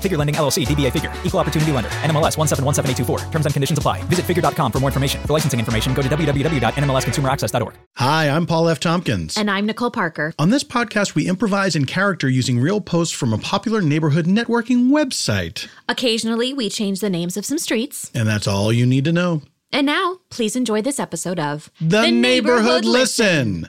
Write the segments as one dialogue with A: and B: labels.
A: Figure Lending LLC, DBA Figure, Equal Opportunity Lender, NMLS 1717824. Terms and conditions apply. Visit figure.com for more information. For licensing information, go to www.nmlsconsumeraccess.org.
B: Hi, I'm Paul F. Tompkins.
C: And I'm Nicole Parker.
B: On this podcast, we improvise in character using real posts from a popular neighborhood networking website.
C: Occasionally, we change the names of some streets.
B: And that's all you need to know.
C: And now, please enjoy this episode of
B: The, Neighborhood, Listen.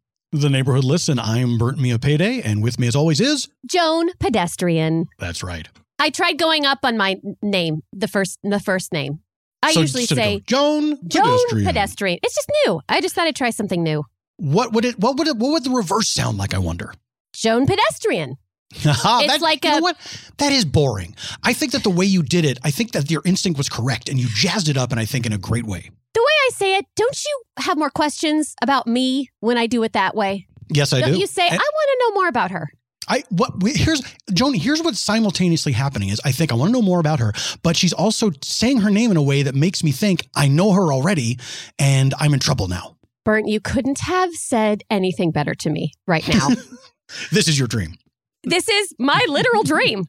B: The Neighborhood Listen. I'm Bert Mia Payday, and with me as always is.
D: Joan Pedestrian.
B: That's right.
D: I tried going up on my n- name, the first the first name. I
B: So
D: usually
B: instead of
D: say
B: going, Joan
D: Joan
B: Pedestrian.
D: Pedestrian. It's just new. I just thought I'd try something new.
B: What would it? What would it? What would the reverse sound like? I wonder.
D: Joan Pedestrian.
B: Haha,
D: It's
B: that-
D: like
B: you know
D: a-
B: what? That is boring. I think that the way you did it, I think that your instinct was correct, and you jazzed it up, and I think in a great way.
D: The way I say it, don't you have more questions about me when I do it that way?
B: Yes, I
D: don't
B: do.
D: you say, I
B: And
D: want to know more about her.
B: I what we- here's Joni. Here's what's simultaneously happening is I think I want to know more about her, but she's also saying her name in a way that makes me think I know her already, and I'm in trouble now.
D: Burnt, you couldn't have said anything better to me right now.
B: This is your dream.
D: this is my literal dream.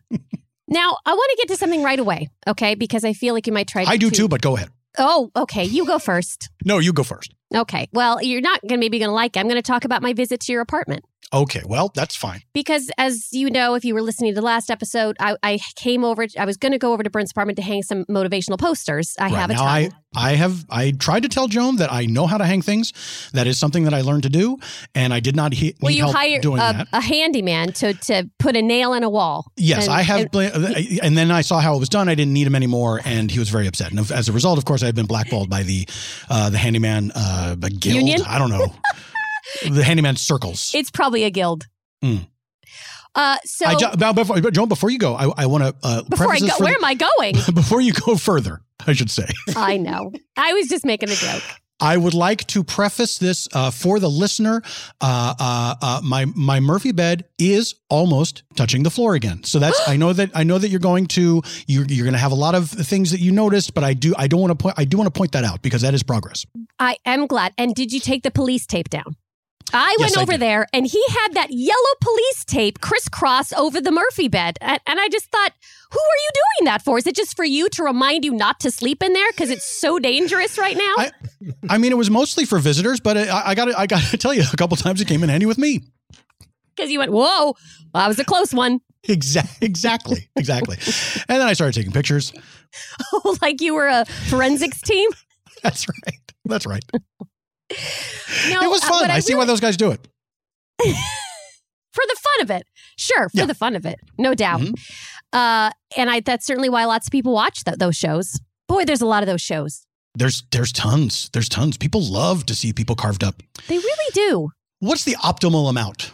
D: Now, I want to get to something right away, okay? Because I feel like you might try to
B: I do too, but go ahead.
D: Oh, okay. You go first.
B: No, you go first.
D: Okay. Well, you're not going to maybe going to like it. I'm going to talk about my visit to your apartment
B: Okay, well that's fine.
D: because as you know, if you were listening to the last episode, I, I came over. I was going to go over to Brent's apartment to hang some motivational posters. I
B: Right,
D: have a
B: now
D: ton.
B: I I have I tried to tell Joan that I know how to hang things. That is something that I learned to do, and I did not he-
D: Will
B: need
D: you
B: help
D: hire
B: doing
D: a,
B: that.
D: a handyman to to put a nail in a wall?
B: Yes,
D: And-
B: I have,
D: and-
B: bla- and, then I saw how it was done. I didn't need him anymore, and he was very upset. And as a result, of course, I had been blackballed by the uh, the handyman uh, the guild.
D: Union?
B: I don't know the handyman circles.
D: it's probably a guild.
B: Mm.
D: Uh, so
B: I ju- now before, but Joan, before you go, I, I want to uh,
D: before I
B: preface
D: go,
B: this for
D: where am I going?
B: the- before you go further, I should say.
D: I know. I was just making a joke.
B: I would like to preface this uh, for the listener. Uh, uh, uh, my my Murphy bed is almost touching the floor again. So that's I know that I know that you're going to you're, you're going to have a lot of things that you noticed, but I do I don't want to point I do want to point that out because that is progress.
D: I am glad. And did you take the police tape down? I
B: Yes,
D: went
B: I
D: over
B: did.
D: there and he had that yellow police tape crisscross over the Murphy bed. And, and I just thought, who are you doing that for? Is it just for you to remind you not to sleep in there because it's so dangerous right now?
B: I- I mean, it was mostly for visitors, but I, I got I got to tell you, a couple times it came in handy with me.
D: Because you went, whoa, that was a close one.
B: Exactly, exactly, exactly. and then I started taking pictures.
D: like you were a forensics team.
B: That's right. That's right.
D: No,
B: it was
D: uh,
B: fun.
D: but
B: I, see why
D: really-
B: those guys do it.
D: for the fun of it. Sure, for
B: Yeah.
D: the fun of it, no doubt.
B: Mhm.
D: Uh, and I that's certainly why lots of people watch th- those shows. Boy, there's a lot of those shows.
B: There's there's tons. There's tons. People love to see people carved up.
D: They really do.
B: What's the optimal amount?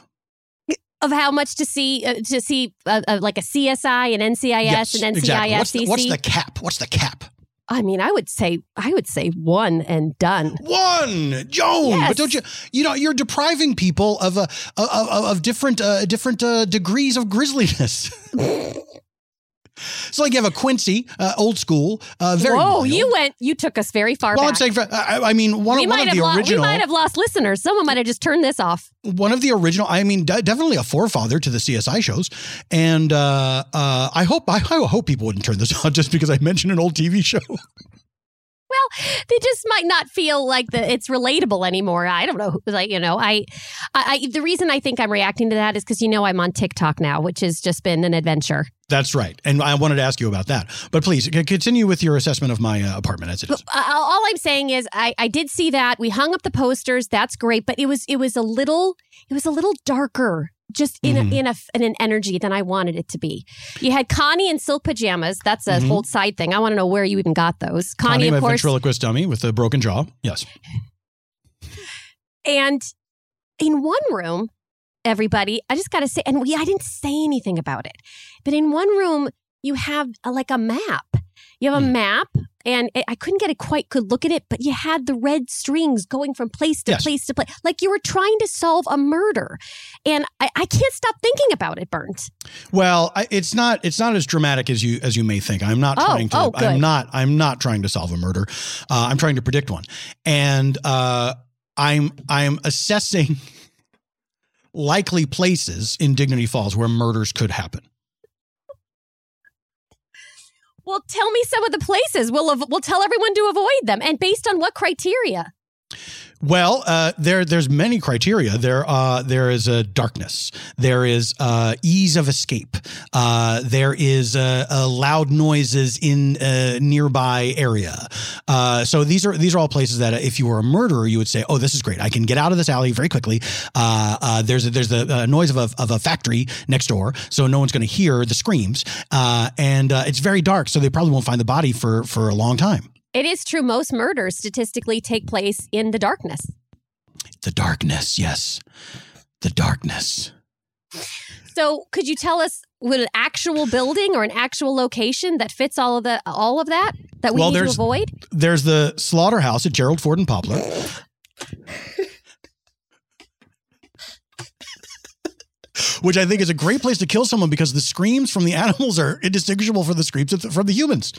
D: of how much to see uh, to see uh, uh, like a CSI and NCIS and NCISCC.
B: exactly. What's the, what's the cap? What's the cap?
D: I mean, I would say I would say one and done.
B: One, Joan.
D: Yes.
B: But don't you? You know, you're depriving people of a of, of, of different uh, different uh, degrees of grisliness. So like you have a Quincy, uh, old school, uh, very.
D: Whoa,
B: mild.
D: you went, you took us very far
B: Well, I'm
D: back.
B: saying, I, I mean, one,
D: we,
B: one
D: might
B: of
D: have
B: the
D: lo- we
B: original,
D: might have lost listeners. Someone might have just turned this off.
B: one of the original. I mean, de- definitely a forefather to the CSI shows, and uh, uh, I hope, I, I hope people wouldn't turn this on just because I mentioned an old TV show.
D: Well, they just might not feel like the, it's relatable anymore. I don't know. who- Like, you know, I, I, I the reason I think I'm reacting to that is because, you know, I'm on TikTok now, which has just been an adventure.
B: That's right, and I wanted to ask you about that. But please c- continue with your assessment of my uh, apartment as it is.
D: Uh, all I'm saying is I, I did see that we hung up the posters. That's great, but it was it was a little it was a little darker just in
B: Mhm.
D: a, in a in an energy than I wanted it to be. You had Connie in silk pajamas. That's a
B: Mhm.
D: whole side thing. I want to know where you even got those. Connie,
B: my
D: of course,
B: ventriloquist dummy with a broken jaw. Yes.
D: and in one room, everybody. I just got to say, and we I didn't say anything about it, but in one room you have a, like a map. You have a
B: Mhm.
D: map. And I- I couldn't get a quite good look at it, but you had the red strings going from place to
B: Yes.
D: place to place, like you were trying to solve a murder. And I, I can't stop thinking about it, Burnt.
B: Well, I, it's not it's not as dramatic as you as you may think. I'm not
D: Oh,
B: trying to.
D: oh, good.
B: I'm not I'm not trying to solve a murder. Uh, I'm trying to predict one, and uh, I'm I'm assessing likely places in Dignity Falls where murders could happen.
D: Well, tell me some of the places. We'll av- we'll tell everyone to avoid them, and based on what criteria?
B: Well, uh, there there's many criteria. There uh, there is a darkness. There is uh, ease of escape. Uh, there is uh, uh, loud noises in a nearby area. Uh, so these are these are all places that uh, if you were a murderer, you would say, "Oh, this is great! I can get out of this alley very quickly." Uh, uh, there's a, there's the uh, noise of a, of a factory next door, so no one's going to hear the screams, uh, and uh, it's very dark, so they probably won't find the body for for a long time.
D: It is true most murders statistically take place in the darkness.
B: The darkness, yes, the darkness.
D: So, could you tell us with an actual building or an actual location that fits all of the all of that that we
B: Well,
D: need to
B: there's-
D: avoid?
B: there's the slaughterhouse at Gerald Ford and Poplar. Which I think is a great place to kill someone because the screams from the animals are indistinguishable from the screams of the- from the humans.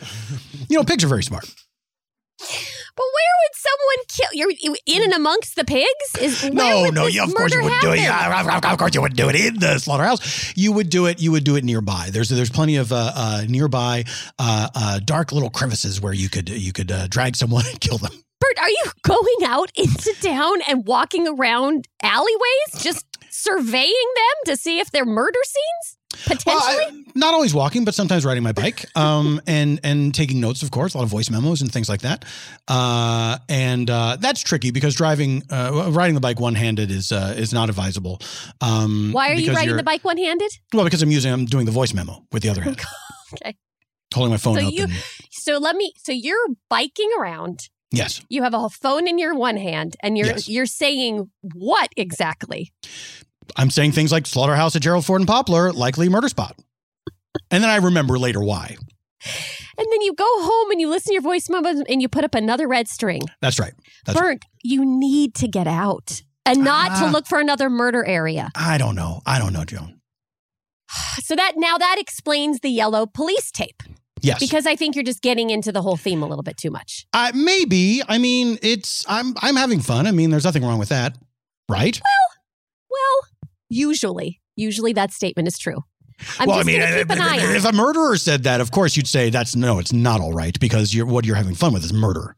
B: You know, pigs are very smart.
D: But where would someone kill? You're in and amongst the pigs. Is where
B: no,
D: would
B: no,
D: this
B: yeah, of course
D: murder
B: you would do it.
D: happen?
B: Yeah, of- of course you would do it in the slaughterhouse. You would do it. You would do it nearby. There's there's plenty of uh, uh, nearby uh, uh, dark little crevices where you could you could uh, drag someone and kill them.
D: Bert, are you going out into town and walking around alleyways, just surveying them to see if they're murder scenes potentially?
B: Well, I- not always walking, but sometimes riding my bike, um, and and taking notes, of course, a lot of voice memos and things like that. Uh, and uh, that's tricky because driving, uh, riding the bike one handed is uh, is not advisable. Um,
D: Why are you
B: because
D: riding
B: you're-
D: the bike one handed?
B: Well, because I'm using, I'm doing the voice memo with the other hand.
D: Okay.
B: Holding my phone
D: So
B: up.
D: you-
B: and-
D: So let me. So you're biking around.
B: yes.
D: You have a phone in your one hand, and you're
B: Yes.
D: you're saying what exactly?
B: I'm saying things like slaughterhouse at Gerald Ford and Poplar, likely murder spot. And then I remember later why.
D: And then you go home and you listen to your voice memos and you put up another red string.
B: That's right. That's right.
D: Burnt, you need to get out and not
B: Ah.
D: to look for another murder area.
B: I don't know. I don't know, Joan. Ah.
D: So that now that explains the yellow police tape
B: Yes.
D: because I think you're just getting into the whole theme a little bit too much.
B: Uh, maybe. I mean, it's I'm I'm having fun. I mean, there's nothing wrong with that, right?
D: Well, usually, usually that statement is true. I'm just going to keep an
B: if-
D: eye on
B: eh, if
D: it.
B: a murderer said that, of course you'd say that's no, it's not all right because you're what you're having fun with is murder.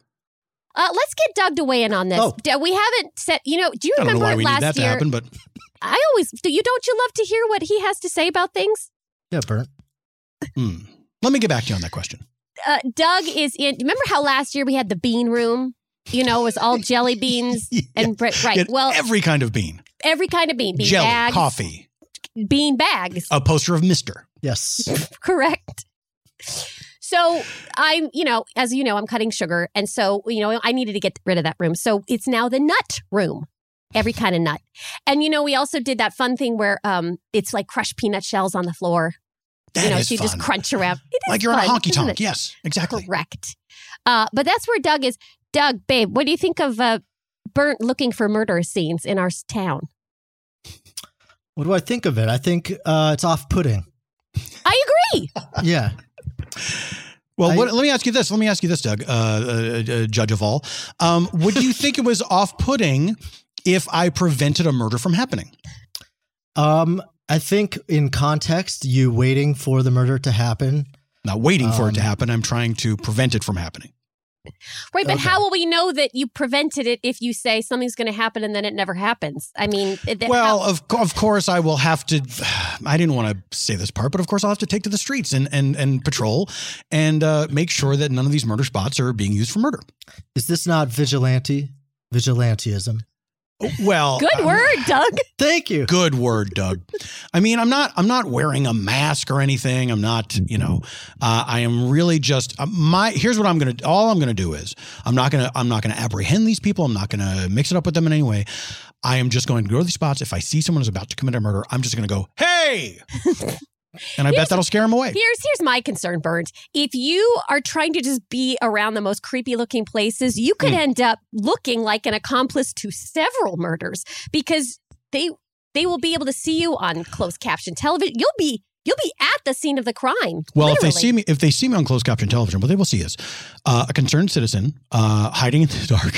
D: Uh, let's get Doug to weigh in on this.
B: Oh.
D: D- We haven't said, you know, do you
B: I don't know
D: remember
B: why we need
D: last
B: that to
D: year?
B: happen, but
D: I always do. You don't you love to hear what he has to say about things?
E: Yeah, Bert.
B: hmm. let me get back to you on that question.
D: uh, Doug is in. Remember how last year we had the bean room? You know, it was all jelly beans and bre- right.
B: Get
E: Oh.
D: well, every,
B: every kind of bean,
D: kind of bean, bean
B: jelly,
D: bags,
B: coffee,
D: bean bags.
B: a poster of Mister.
E: Yes.
D: Correct. So I'm, you know, as you know, I'm cutting sugar, and so you know, I needed to get rid of that room. So it's now the nut room. Every kind of nut. And you know, we also did that fun thing where um it's like crushed peanut shells on the floor.
B: That
D: you know,
B: is
D: so you
B: fun.
D: just crunch around. It is
B: like you're in a
D: fun,
B: honky
D: isn't it?
B: tonk. Yes, exactly.
D: Correct. Uh, but that's where Doug is. Doug, babe, what do you think of uh, Burnt looking for murder scenes in our s- town?
E: What do I think of it? I think uh, it's off putting.
D: I agree.
E: Yeah.
B: Well,
E: I-
B: what, let me ask you this. Let me ask you this, Doug, uh, uh, uh, Judge of all. Um, would you think it was off putting if I prevented a murder from happening?
F: Um, I think in context, you waiting for the murder to happen.
B: Not waiting for it to
F: Um,
B: happen. I'm trying to prevent it from happening.
D: Right, but
F: Okay.
D: how will we know that you prevented it if you say something's going to happen and then it never happens? I mean, it- that-
B: Well,
D: how-
B: of, co- of course, I will have to. I didn't want to say this part, but of course, I'll have to take to the streets and, and, and patrol and uh, make sure that none of these murder spots are being used for murder.
F: Is this not vigilante? Vigilanteism.
B: Well, uh,
D: good
B: I'm-
D: word, Doug.
F: Thank you.
B: good word doug i mean i'm not i'm not wearing a mask or anything i'm not you know uh, i am really just uh, my here's what i'm gonna all i'm gonna do is i'm not gonna i'm not gonna apprehend these people i'm not gonna mix it up with them in any way i am just going to go to these spots if i see someone is about to commit a murder i'm just gonna go hey and i bet
D: Here's-
B: that'll scare them away
D: Here's here's my concern, Burns. If you are trying to just be around the most creepy looking places, you
B: Hmm.
D: could end up looking like an accomplice to several murders because they they will be able to see you on closed caption television. You'll be you'll be at the scene of the crime.
B: Well, if they
D: literally.
B: see me, if they see me on closed caption television, what they will see is uh, a concerned citizen uh, hiding in the dark,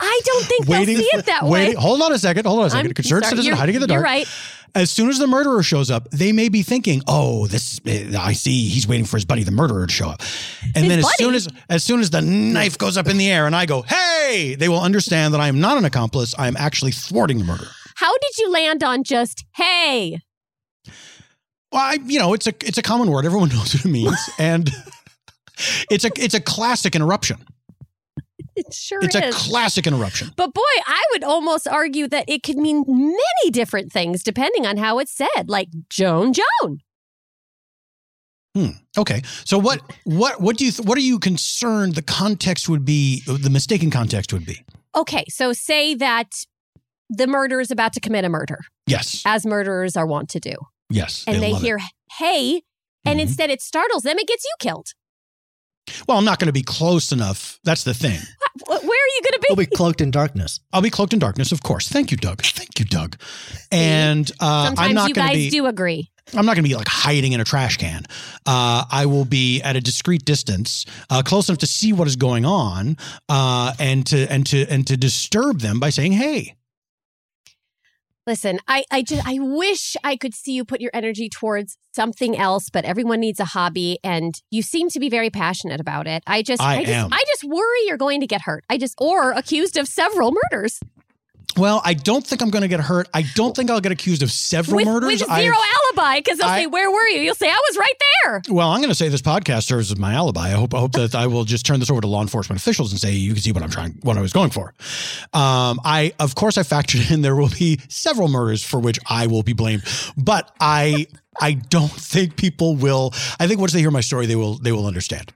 D: I don't think
B: waiting,
D: they'll see it that
B: waiting.
D: way.
B: Hold on a second, hold on a second.
D: I'm
B: a concerned
D: sorry,
B: citizen
D: you're-
B: hiding in the dark.
D: You're right.
B: as soon as the murderer shows up, they may be thinking, "Oh, this I see he's waiting for his buddy the murderer to show up." And
D: His
B: then as soon
D: buddy?
B: as as soon as the knife goes up in the air and I go, "Hey!" they will understand that I am not an accomplice. I am actually thwarting the murder.
D: How did you land on just hey?
B: Well, I, you know, it's a it's a common word. Everyone knows what it means. and it's a it's a classic interruption.
D: It sure
B: It's a
D: is.
B: classic interruption.
D: But boy, I would almost argue that it could mean many different things depending on how it's said, like Joan Joan.
B: Okay. So what what what do you th- what are you concerned the context would be the mistaken context would be?
D: Okay, so say that the murderer is about to commit a murder,
B: Yes.
D: as murderers are wont to do,
B: Yes.
D: and they,
B: love it.
D: hear hey, and
B: Mhm.
D: instead it startles them, it gets you killed.
B: Well, I'm not going to be close enough. That's the thing.
D: Wh- Where are you going to
F: We'll
D: be?
F: be cloaked in darkness.
B: I'll be cloaked in darkness, of course. Thank you, Doug. Thank you, Doug. And uh,
D: Sometimes
B: I'm not
D: you
B: going
D: guys
B: to be.
D: do agree.
B: I'm not going to be like hiding in a trash can. Uh, I will be at a discreet distance, uh, close enough to see what is going on, uh, and to and to and to disturb them by saying, "Hey."
D: Listen, I, I just I wish I could see you put your energy towards something else, but everyone needs a hobby and you seem to be very passionate about it. I just
B: I
D: just
B: am.
D: I just worry you're going to get hurt. I just or accused of several murders
B: Well, I don't think I'm going to get hurt. I don't think I'll get accused of several
D: with,
B: murders.
D: with zero
B: I-
D: alibi because they'll
B: I-
D: say, Where were you? You'll say, I was right there.
B: Well, I'm going to say this podcast serves as my alibi. I hope I hope that I will just turn this over to law enforcement officials and say you can see what I'm trying, what I was going for. Um, I of course I factored in there will be several murders for which I will be blamed, but I I don't think people will. I think once they hear my story, they will they will understand.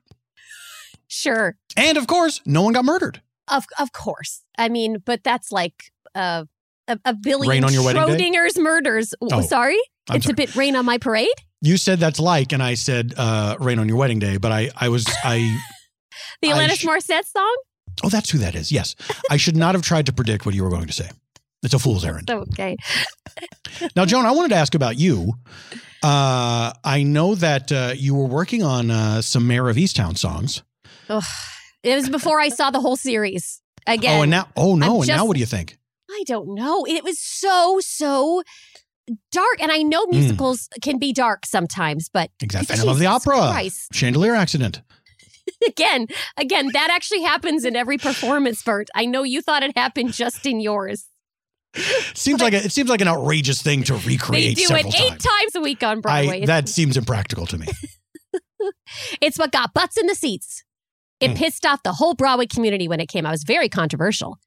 D: Sure.
B: And of course, no one got murdered.
D: Of of course. I mean, but that's like uh a, a billion
B: Rain on your wedding day?
D: Schrodinger's murders.
B: Oh,
D: sorry?
B: I'm
D: it's
B: sorry.
D: a bit rain on my parade.
B: You said that's like, and I said uh, rain on your wedding day, but I I was I
D: The
B: I
D: Alanis
B: sh-
D: Morissette song.
B: oh that's who that is. Yes, I should not have tried to predict what you were going to say. It's a fool's errand.
D: Okay.
B: Now, Joan, I wanted to ask about you. Uh, I know that uh, you were working on uh, some Mayor of Easttown songs.
D: Ugh. It was before I saw the whole series again.
B: Oh, and now, oh no,
D: I'm
B: and now
D: just-
B: what do you think?
D: I don't know. It was so so dark, and I know musicals can be dark sometimes, but
B: Exactly. Hmm. Phantom of the
D: Jesus
B: Opera,
D: Christ.
B: Chandelier Accident.
D: again, again, that actually happens in every performance, Bert. I know you thought it happened just in yours.
B: Seems like a, it seems like an outrageous thing to recreate.
D: they do it
B: several
D: eight
B: times.
D: times a week on
B: I-
D: Broadway.
B: that seems impractical to me.
D: it's what got butts in the seats. It
B: Mm.
D: pissed off the whole Broadway community when it came. I was very controversial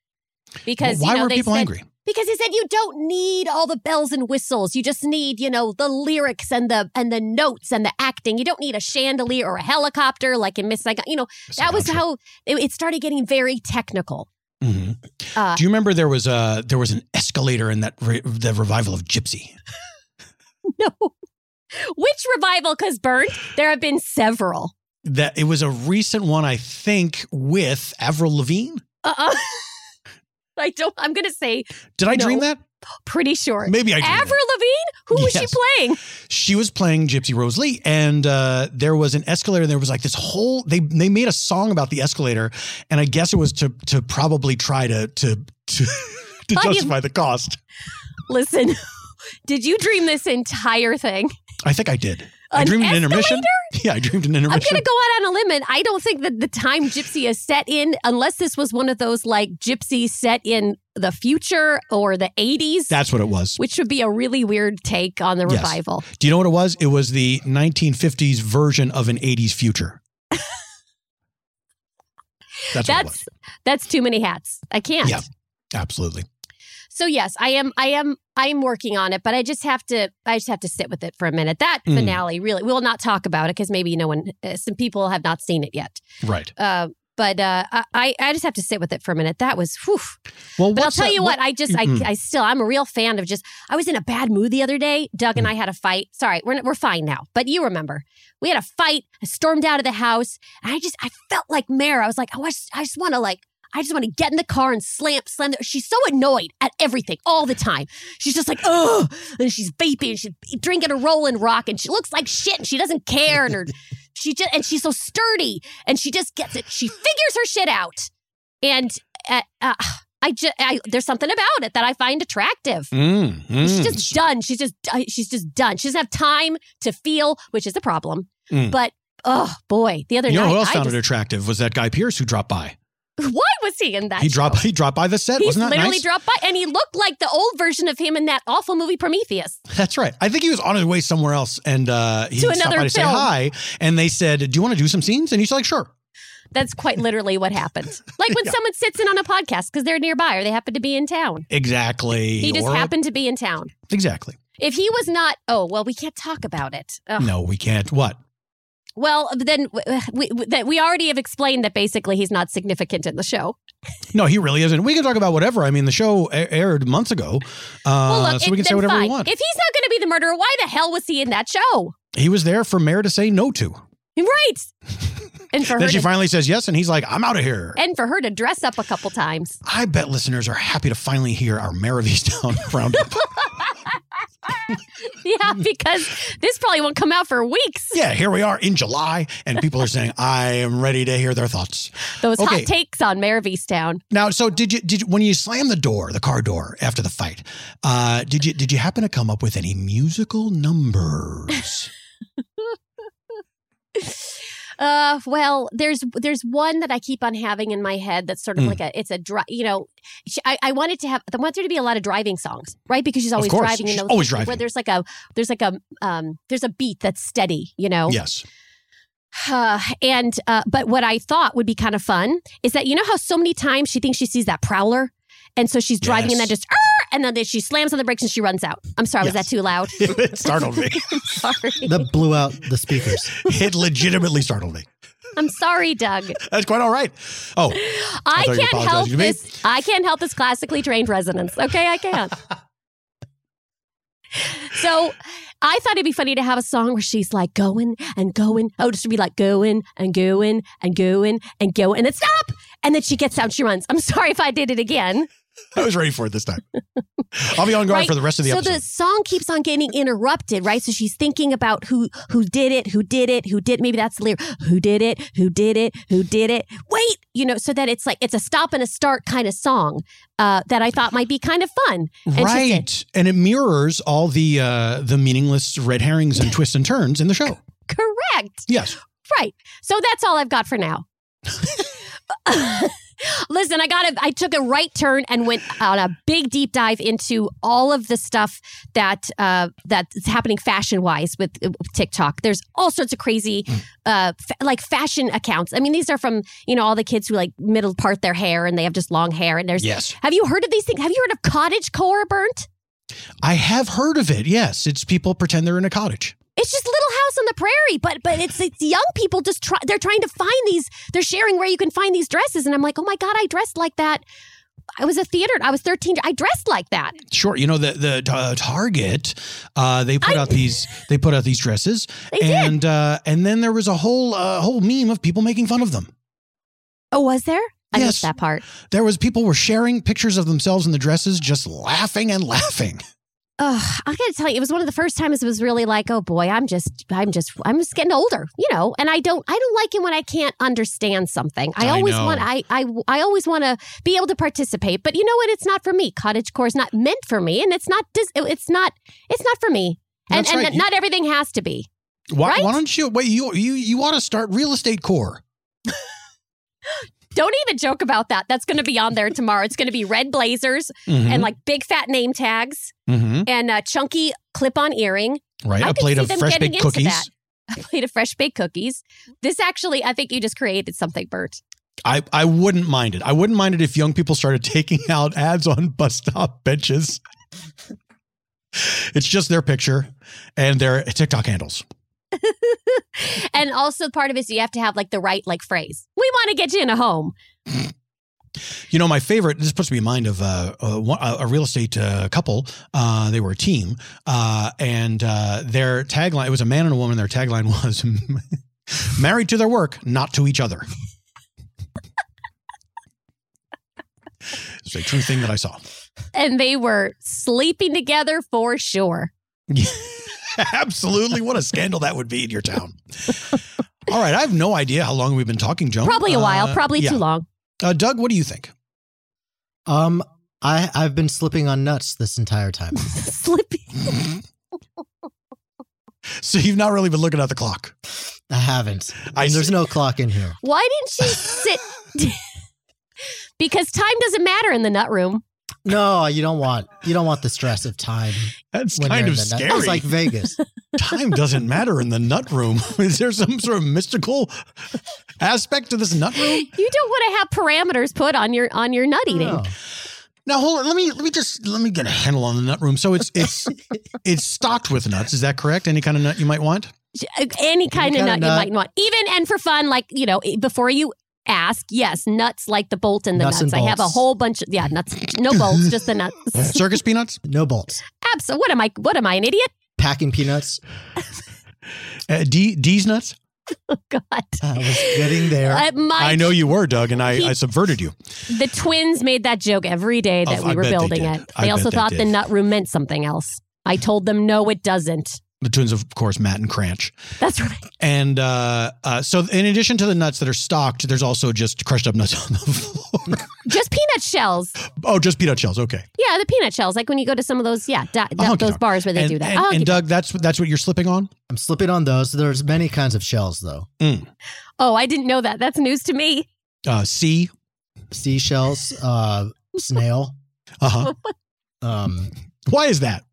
D: because
B: why
D: you know
B: were
D: they
B: people
D: said,
B: angry?
D: because he said you don't need all the bells and whistles you just need you know the lyrics and the and the notes and the acting you don't need a chandelier or a helicopter like in miss saigon you know that was
B: Sinatra.
D: how it, it started getting very technical
B: Mhm.
D: uh,
B: Do you remember there was a there was an escalator in that re, the revival of Gypsy?
D: no which revival because burnt there have been several
B: That it was a recent one, I think, with Avril Lavigne.
D: uh-uh i don't i'm gonna say
B: Did I
D: No.
B: dream that?
D: Pretty sure.
B: Maybe I do.
D: Avril Lavigne? Who was she
B: Yes.
D: playing?
B: she was playing Gypsy Rose Lee, and uh, there was an escalator. And there was like this whole they they made a song about the escalator, and I guess it was to to probably try to to to, to
D: Fucking-
B: justify the cost.
D: Listen, did you dream this entire thing?
B: I think I did. I
D: An
B: dreamed an intermission. Yeah, I dreamed an
D: I'm going
B: intermission.
D: to go out on a limb. and I don't think that the time Gypsy is set in, unless this was one of those like Gypsy set in the future or the 80s,
B: That's what it was.
D: which would be a really weird take on the
B: Yes.
D: revival.
B: Do you know what it was? It was the 1950s version of an 80s future. That's, what it
D: That's
B: was.
D: that's too many hats. I can't.
B: Yeah. Absolutely.
D: So yes, I am I am I'm working on it, but I just have to I just have to sit with it for a minute. That
B: Mm.
D: finale really we'll not talk about it cuz maybe no one uh, some people have not seen it yet.
B: Right.
D: Uh, but uh, I- I I just have to sit with it for a minute. That was whew.
B: Well,
D: But
B: what's
D: I'll tell
B: that- Mm-hmm.
D: you what, I just, I,
B: Mm-mm.
D: I still, I'm a real fan of just, I was in a bad mood the other day. Doug
B: Mm.
D: and I had a fight. Sorry, we're, we're fine now, but you remember. We had a fight. I stormed out of the house. And I just, I felt like Mare. I was like, oh, I just, I just want to like, I just want to get in the car and slam, slam. The, she's so annoyed at everything all the time. She's just like, oh, and she's vaping, and she's drinking a Rolling Rock, and she looks like shit, and she doesn't care, and her, she just, and she's so sturdy, and she just gets it. She figures her shit out, and uh, uh, I just, I, there's something about it that I find attractive.
B: Mm, mm.
D: She's just done. She's just, uh, she's just done. She doesn't have time to feel, which is the problem.
B: Mm.
D: But oh boy, the other
B: you know
D: night,
B: who else
D: I
B: found
D: just,
B: it attractive was that guy Pierce who dropped by.
D: why was he in that?
B: He
D: show?
B: dropped. He dropped by the set.
D: He's
B: Wasn't that
D: literally
B: nice?
D: dropped by, and he looked like the old version of him in that awful movie Prometheus.
B: That's right. I think he was on his way somewhere else, and uh, he
D: To
B: stopped
D: another
B: by to say
D: film.
B: hi. And they said, "Do you want to do some scenes?" And he's like, "Sure."
D: That's quite literally what happened. Like when someone sits in on a podcast because they're nearby or they happen to be in town.
B: Exactly.
D: He just
B: Or-
D: happened to be in town.
B: Exactly.
D: If he was not, oh well, we can't talk about it. Ugh.
B: No, we can't. What?
D: Well, then uh, we, we- that we already have explained that basically he's not significant in the show.
B: No, he really isn't. We can talk about whatever. I mean, the show a- aired months ago, uh,
D: well, look,
B: so
D: it-
B: we can say
D: then
B: whatever we
D: fine.
B: want.
D: If he's not going to be the murderer, why the hell was he in that show?
B: he was there for Mare to say no to.
D: Right. And for her,
B: Then she
D: to,
B: finally says yes, and he's like, "I'm out of here."
D: and for her to dress up a couple times.
B: I bet listeners are happy to finally hear our Mare of Easttown roundup.
D: Yeah, because this probably won't come out for weeks.
B: yeah, here we are in July, and people are saying, "I am ready to hear their thoughts."
D: Those
B: Okay.
D: hot takes on Mayor of Easttown.
B: Now, so did you did you, when you slam the door, the car door after the fight? Uh, did you did you happen to come up with any musical numbers?
D: Uh, well, there's there's one that I keep on having in my head that's sort of
B: Mm.
D: like a it's a dri- you know sh- I, I wanted to have I want there to be a lot of driving songs right because she's always
B: course.
D: driving in
B: She's
D: those
B: always
D: where
B: driving.
D: there's like a there's like a um there's a beat that's steady you know
B: yes.
D: Uh, and uh, but what I thought would be kind of fun is that you know how so many times she thinks she sees that prowler, and so she's driving and then
B: Yes.
D: just "Arr!" and then she slams on the brakes and she runs out. I'm sorry, was
B: Yes.
D: that too loud?
B: it startled me.
D: I'm sorry.
F: That blew out the speakers.
B: It legitimately startled me.
D: I'm sorry, Doug.
B: That's quite all right. Oh,
D: I
B: thought you were
D: can't help
B: apologizing to me.
D: this. I can't help this classically trained resonance. Okay, I can't. so I thought it'd be funny to have a song where she's like going and going. Oh, just to be like going and going and going and going and then stop. And then she gets out and she runs. I'm sorry if I did it again.
B: I was ready for it this time. I'll be on guard
D: Right.
B: for the rest of the
D: so
B: episode.
D: the song keeps on getting interrupted, right? So she's thinking about who who did it, who did it, who did maybe that's the lyric. Who did it, who did it, who did it. Wait, you know, so that it's like it's a stop and a start kind of song uh, that I thought might be kind of fun. And she said-
B: right, and it mirrors all the uh, the meaningless red herrings and twists and turns in the show.
D: Correct.
B: Yes.
D: Right. So that's all I've got for now. Listen, I got a I took a right turn and went on a big deep dive into all of the stuff that uh that's happening fashion wise with uh, TikTok. There's all sorts of crazy uh fa- like fashion accounts. I mean, these are from, you know, all the kids who like middle part their hair and they have just long hair and there's
B: Yes.
D: Have you heard of these things? Have you heard of cottage core burnt?
B: I have heard of it. Yes, it's people pretend they're in a cottage.
D: It's just Little House on the Prairie, but but it's it's young people just try. They're trying to find these. They're sharing where you can find these dresses, and I'm like, oh my god, I dressed like that. I was a theater. I was 13. I dressed like that.
B: Sure, you know the the uh, Target, uh, they put out these they put out these dresses,
D: They did.
B: and uh, and then there was a whole uh, whole meme of people making fun of them.
D: Oh, was there? I
B: Yes.
D: missed that part.
B: There was people were sharing pictures of themselves in the dresses, just laughing and laughing.
D: Ugh, I gotta tell you, it was one of the first times it was really like, oh boy, I'm just, I'm just, I'm just getting older, you know. And I don't, I don't like it when I can't understand something. I,
B: I
D: always
B: know.
D: want, I, I, I always want to be able to participate. But you know what? It's not for me. Cottage core is not meant for me, and it's not, dis- it's not, it's not for me. And,
B: That's
D: and
B: right.
D: th-
B: You-
D: not everything has to be.
B: Why,
D: Right?
B: why don't you? Wait, you you you want to start real estate core?
D: Don't even joke about that. That's going to be on there tomorrow. It's going to be red blazers and
B: Mm-hmm.
D: like big fat name tags
B: Mhm.
D: and a chunky clip-on earring.
B: right,
D: I
B: a
D: could
B: plate
D: see
B: of
D: them
B: fresh
D: getting
B: baked
D: into
B: cookies.
D: that. a plate of fresh baked cookies. This actually, I think you just created something, Bert.
B: I I wouldn't mind it. I wouldn't mind it if young people started taking out ads on bus stop benches. it's just their picture and their TikTok handles.
D: And also, part of it is you have to have like the right like phrase. We want to get you in a home.
B: You know, my favorite. This puts me in mind of uh, uh, one- a, a real estate uh, couple. Uh, they were a team, uh, and uh, their tagline. It was a man and a woman. Their tagline was "Married to their work, not to each other." it's a true thing that I saw.
D: And they were sleeping together for sure.
B: Absolutely, what a scandal that would be in your town. All right, I have no idea how long we've been talking, Joan.
D: Probably a while,
B: Uh,
D: probably
B: yeah.
D: too long.
B: Uh, Doug, what do you think?
F: Um, I I've been slipping on nuts this entire time.
D: Slipping.
B: So you've not really been looking at the clock.
F: I haven't.
B: I
F: There's
B: see.
F: no clock in here.
D: Why didn't you sit? because time doesn't matter in the nut room.
F: No, you don't want you don't want the stress of time.
B: That's
F: when
B: kind of
F: you're in the
B: scary.
F: nut- It's like Vegas.
B: Time doesn't matter in the nut room. Is there some sort of mystical aspect to this nut room?
D: You don't want to have parameters put on your on your nut eating.
F: No.
B: Now hold on. Let me let me just let me get a handle on the nut room. So it's it's it's stocked with nuts. Is that correct? Any kind of nut you might want?
D: J- uh, any kind of
F: kind
D: nut
F: of
D: you
F: nut.
D: might want. Even and for fun, like you know, i- before you ask, yes, nuts like the bolt and the nuts.
F: Nuts and
D: I have a
F: bolts.
D: whole bunch of yeah, nuts. No bolts, just the nuts.
B: Circus peanuts.
F: no bolts.
D: Absolutely. What am I? What am I? An idiot?
F: Packing peanuts.
B: Uh, D D's nuts.
D: God.
F: I was getting there.
D: Uh, my,
B: I know you were Doug, and I,
D: He-
B: I subverted you.
D: the twins made that joke every day that
B: Of-
D: we
B: Oh, I
D: were
B: bet they
D: building
B: did.
D: it.
B: I
D: They
B: bet
D: also
B: they
D: thought the
B: did.
D: nut room meant something else. I told them no, it doesn't.
B: The twins, of course, Matt and Cranch.
D: That's right.
B: And uh, uh, so, in addition to the nuts that are stocked, there's also just crushed up nuts on the floor.
D: Just peanut shells.
B: oh, just peanut shells. Okay.
D: Yeah, the peanut shells. Like when you go to some of those, yeah, da, da-
B: Honky
D: those
B: tonk.
D: bars where they
B: and,
D: do that.
B: And,
D: Honky
B: and Doug, that's that's what you're slipping on.
F: I'm slipping on those. There's many kinds of shells though.
D: tonk. oh, I didn't know that. That's news to me.
B: Uh, C.
F: Seashells, uh, snail.
B: Uh huh.
F: Um,
B: Why is that?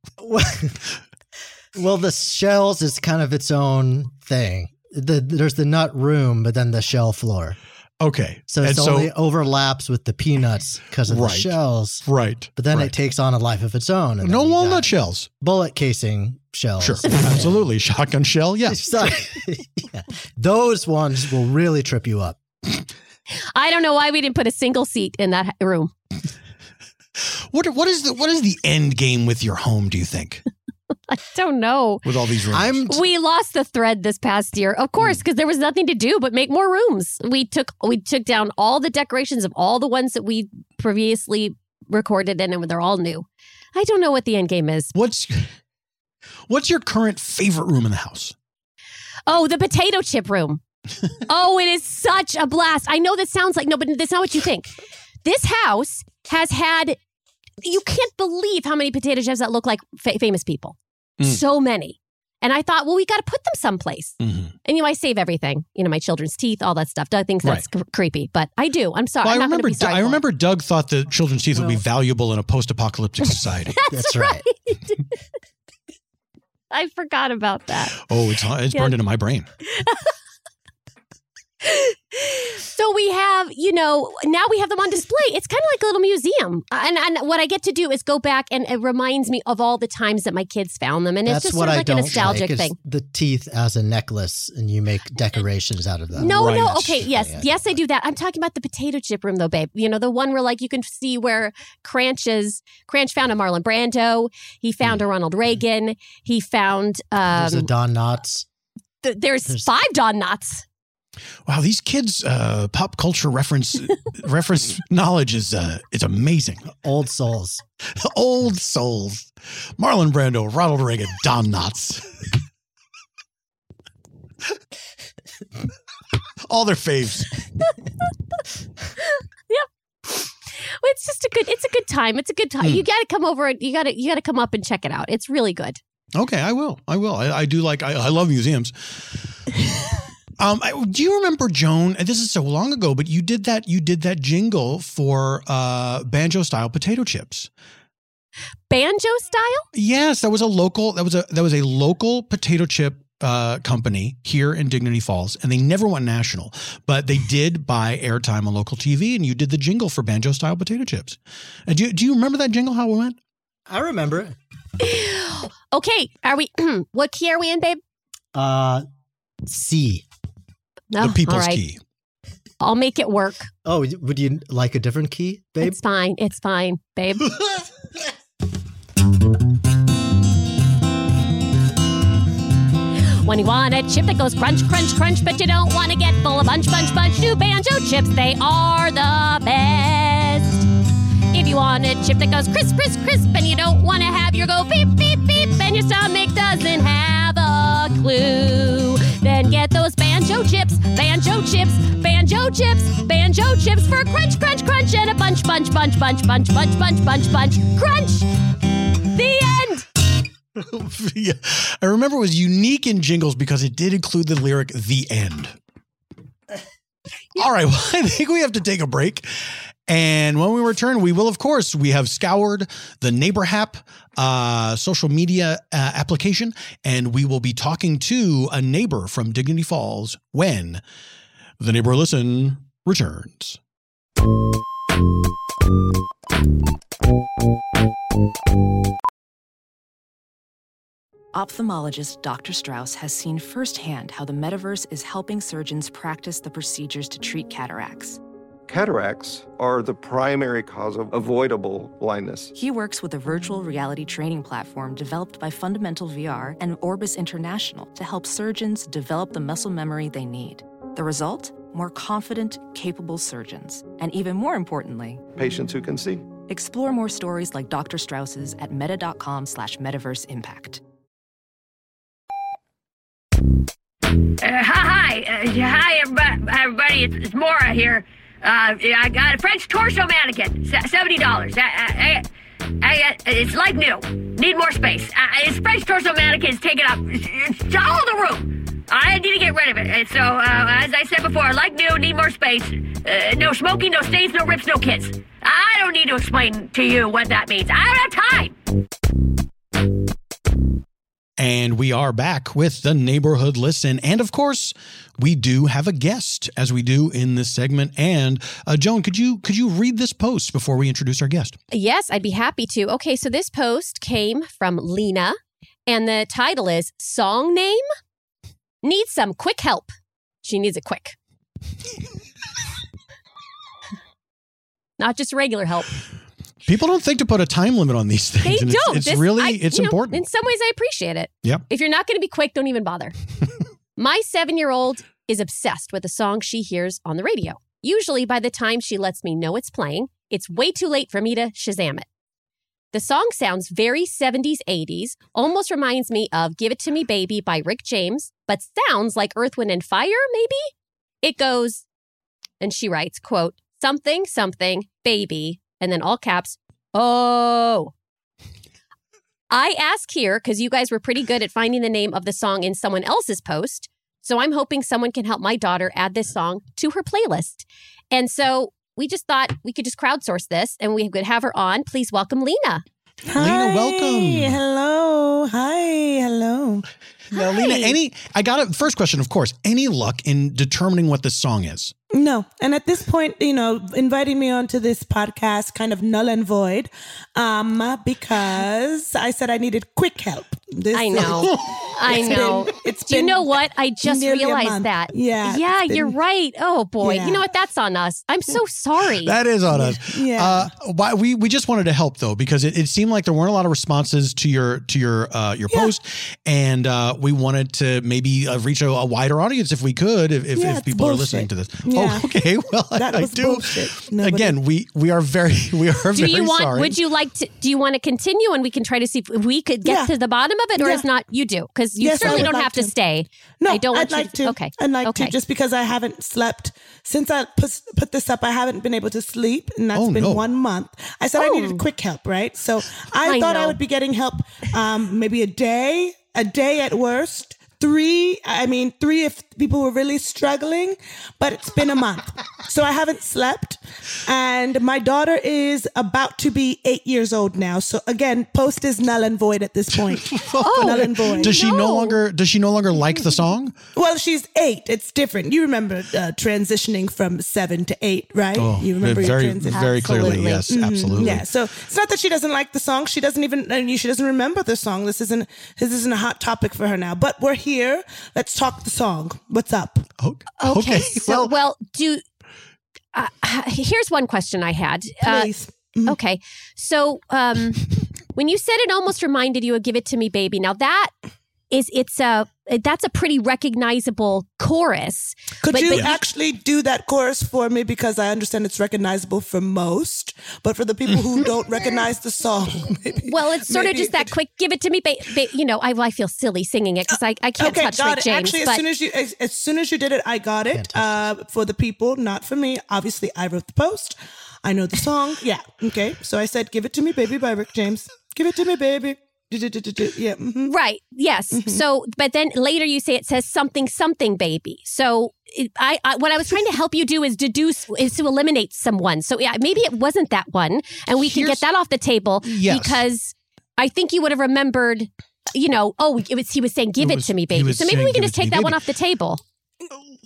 F: well, the shells is kind of its own thing. The, there's the nut room, but then the shell floor.
B: Okay.
F: So
B: and
F: it's
B: so
F: only overlaps with the peanuts because of
B: Right.
F: the shells.
B: right.
F: But then
B: right.
F: it takes on a life of its own. and
B: no
F: then you Oh, got
B: walnut shells.
F: Bullet casing shells.
B: Sure. Absolutely. Shotgun shell. Yes.
F: So- yeah. Those ones will really trip you up.
D: I don't know why we didn't put a single seat in that room.
B: What what is the what is the end game with your home? Do you think
D: I don't know.
B: with all these rooms?
F: I'm
D: We lost the thread this past year, of course, because there was nothing to do but make more rooms. We took we took down all the decorations of all the ones that we previously recorded, and they're all new. I don't know what the end game is.
B: what's what's your current favorite room in the house?
D: Oh, the potato chip room. oh, it is such a blast. I know this sounds like no, but that's not what you think. This house has had you can't believe how many potato chips that look like fa- famous people.
B: Mm.
D: So many. And I thought, well, we got to put them someplace.
F: Uh,
B: Mm-hmm.
D: And you know, I save everything. You know, my children's teeth, all that stuff. Doug thinks that's cr- creepy, but I do. I'm sorry.
B: Well, I
D: I'm not
B: remember.
D: Gonna be sorry
B: I
D: for it.
B: remember Doug thought that children's teeth would be
F: Well-
B: valuable in a post-apocalyptic society.
F: That's right.
D: I forgot about that.
B: oh, it's it's
D: Yeah.
B: burned into my brain.
D: so we have, you know, now we have them on display. It's kind of like a little museum. Uh, And, and what I get to do is go back and it reminds me of all the times that my kids found them. And it's
F: That's
D: just sort
F: what
D: of
F: I
D: like a
F: don't
D: nostalgic
F: like, is
D: thing.
F: The teeth as a necklace, and you make decorations out of them.
D: No, no,
B: Right.
D: okay, yes,
F: Yeah, I
D: yes, I do that. I'm talking about the potato chip room, though, babe. You know, the one where like you can see where Cranch's Cranch found a Marlon Brando. He found a Ronald Reagan. He found um,
F: Mm. There's a Don Knotts.
D: th- there's
F: there's-
D: five Don Knotts.
B: Wow, these kids' uh, pop culture reference reference knowledge is uh, it's amazing.
F: Old souls.
B: Old souls, Marlon Brando, Ronald Reagan, Don Knotts, all their faves.
D: Well, it's just a good. It's a good time. It's a good time.
B: Hmm.
D: You got to come over. and You got to. You got to come up and check it out. It's really good.
B: Okay, I will. I will. I, I do like. I, I love museums. um, I, do you remember Joan? and This is so long ago, but you did that. You did that jingle for uh, banjo style potato chips.
D: Banjo style.
B: Yes, that was a local. That was a that was a local potato chip. Uh, company here in Dignity Falls, and they never went national, but they did buy airtime on local TV, and you did the jingle for banjo style potato chips. Uh, do you, do you remember that jingle? How it went?
F: I remember it.
D: Okay. Are we? what key are we in, babe?
F: Uh, C.
D: No.
B: the People's
D: Oh, all right.
B: Key.
D: I'll make it work.
F: Oh, would you like a different key, babe?
D: It's fine. It's fine, babe. when you want a chip that goes crunch, crunch, crunch, but you don't want to get full of bunch, bunch, bunch, new banjo chips, they are the best. If you want a chip that goes crisp, crisp, crisp, and you don't want to have your go beep, beep, beep, and your stomach doesn't have a clue, then get those banjo chips, banjo chips, banjo chips, banjo chips for crunch, crunch, crunch, and a bunch, bunch, bunch, bunch, bunch, bunch, bunch, bunch, bunch, crunch. The end.
B: yeah. I remember it was unique in jingles because it did include the lyric the end. All right, well, I think we have to take a break. And when we return, we will, of course, we have scoured the neighbor hap uh, social media uh, application, and we will be talking to a neighbor from Dignity Falls when the neighbor listen returns.
G: Ophthalmologist Dr. Strauss has seen firsthand how the metaverse is helping surgeons practice the procedures to treat cataracts.
H: Cataracts are the primary cause of avoidable blindness.
G: He works with a virtual reality training platform developed by Fundamental VR and Orbis International to help surgeons develop the muscle memory they need. The result? More confident, capable surgeons. And even more importantly,
H: Patients who can see.
G: explore more stories like Dr. Strauss's at meta.com slash metaverse impact.
I: Uh, hi, hi, uh, hi, everybody, everybody. It's, it's Mora here. Uh, yeah, I got a French torso mannequin, se- seventy dollars. I, I, I, I, it's like new. Need more space. I, I- it's French torso mannequin. It's taking up it's, it's all the room. I need to get rid of it. And so, uh, as I said before, like new, need more space. Uh, no smoking, no stains, no rips, no kids. I don't need to explain to you what that means. I don't have time.
B: And we are back with the neighborhood listen. And of course, we do have a guest as we do in this segment. And uh, Joan, could you could you read this post before we introduce our guest?
D: Yes, I'd be happy to. Okay, so this post came from Lena, and the title is Song Name Needs Some Quick Help. She needs it quick. Not just regular help.
B: People don't think to put a time limit on these things.
D: They
B: and
D: don't.
B: It's, it's
D: This-
B: really
D: I-
B: it's
D: you know,
B: important.
D: in some ways, I appreciate it.
B: Yep.
D: If you're not going to be quick, don't even bother. My seven year old is obsessed with a song she hears on the radio. Usually, by the time she lets me know it's playing, it's way too late for me to Shazam it. The song sounds very 70s, 80s, almost reminds me of Give It To Me Baby by Rick James, but sounds like Earth, Wind, and Fire, maybe? It goes, and she writes, quote, something, something, baby, and then all caps, oh. I ask here because you guys were pretty good at finding the name of the song in someone else's post. So I'm hoping someone can help my daughter add this song to her playlist. And so we just thought we could just crowdsource this and we could have her on. Please welcome Lena.
B: Lena, welcome.
J: Hello. Hi. Hello.
B: Now, Lena,
D: Hi.
B: any I got a first question, of course. Any luck in determining what this song is?
J: No. And at this point, you know, inviting me onto this podcast kind of null and void um, because I said I needed quick help. This
D: I know. I
J: It's been-
D: know.
J: it's
D: Do you
J: been
D: know what? I just
J: nearly a
D: realized
J: month.
D: that.
J: Yeah,
D: Yeah,
J: it's
D: you're
J: been-
D: right. Oh boy.
J: Yeah.
D: You know what? That's on us. I'm so sorry.
B: That is on us.
J: Yeah.
B: Uh, why, we we just wanted to help though because it, it seemed like there weren't a lot of responses to your to your uh, your post, and uh, we wanted to maybe uh, reach a, a wider audience if we could if, if,
J: Yeah,
B: if
J: it's
B: people are
J: bullshit.
B: listening to this.
J: Yeah.
B: Oh, okay. Well, I-
J: That
B: I,
J: was
B: do.
J: bullshit. Nobody-
B: Again, we we are very we are
D: do
B: very
D: you want?
B: sorry.
D: Would you like to? Do you want to continue, and we can try to see if we could get
J: Yeah.
D: to the bottom of it, or
J: Yeah.
D: is not you do because you
J: Yes, I
D: certainly
J: would
D: don't
J: like
D: have to,
J: to.
D: stay.
J: No,
D: I don't want
J: I'd
D: you
J: like to.
D: Okay,
J: I'd like
D: okay.
J: to just because I haven't slept since I put, put this up. I haven't been able to sleep, and that's
B: Oh,
J: been
B: no.
J: one month. I said I needed quick help, right? So I,
D: I
J: thought I
D: know.
J: would be getting help, um, maybe a day, a day at worst. Three, I mean, three if people were really struggling, but it's been a month. so I haven't slept. And my daughter is about to be eight years old now. So again, post is null and void at this point. oh, null and void.
B: Does she no longer does she no longer like the song?
J: Well, she's eight. It's different. You remember uh, transitioning from seven to eight, right? you remember
B: Oh, very
J: your transition.
B: very clearly.
D: Absolutely.
J: Mm-hmm.
B: Yes, absolutely.
J: Mm, Yeah, so it's not that she doesn't like the song. She doesn't even and she doesn't remember the song. This isn't this isn't a hot topic for her now. But we're here. Let's talk the song. What's up?
B: Okay.
D: Okay.
B: okay.
D: So, well, do uh, here's one question I had. Uh,
J: Please.
D: okay, so um, when you said it almost reminded you of "Give It to Me, Baby," now that is it's a that's a pretty recognizable chorus.
J: Could
D: but-
J: you
D: but-
J: actually do that chorus for me? Because I understand it's recognizable for most, but for the people who don't recognize the song, maybe.
D: Well, it's sort of
J: Maybe
D: just
J: you
D: that quick. Give it to me, ba- ba- you know. I, I feel silly singing it because I, I can't touch
J: got
D: Rick
J: it.
D: James.
J: Actually,
D: but
J: as soon as you as, as soon as you did it, I got it. Uh, for the people, not for me. Obviously, I wrote the post. I know the song. Yeah. Okay. So I said, "Give it to me, baby," by Rick James. Give it to me, baby. Du-du-du-du-du. Yeah. mhm.
D: right, yes.
B: Mm-hmm.
D: So, but then later you say it says something something baby. So it, I, I what I was trying to help you do is deduce is to eliminate someone. So yeah, maybe it wasn't that one, and we can
B: Here's-
D: get that off the table
B: Yes.
D: because I think you would have remembered. You know, oh, it was he was saying, "Give
B: It
D: it,
B: was-
D: to me,
B: he
D: baby."
B: was
D: So maybe
B: saying,
D: we can
B: "Give
D: just
B: it to me,
D: take that one
B: baby."
D: off the table.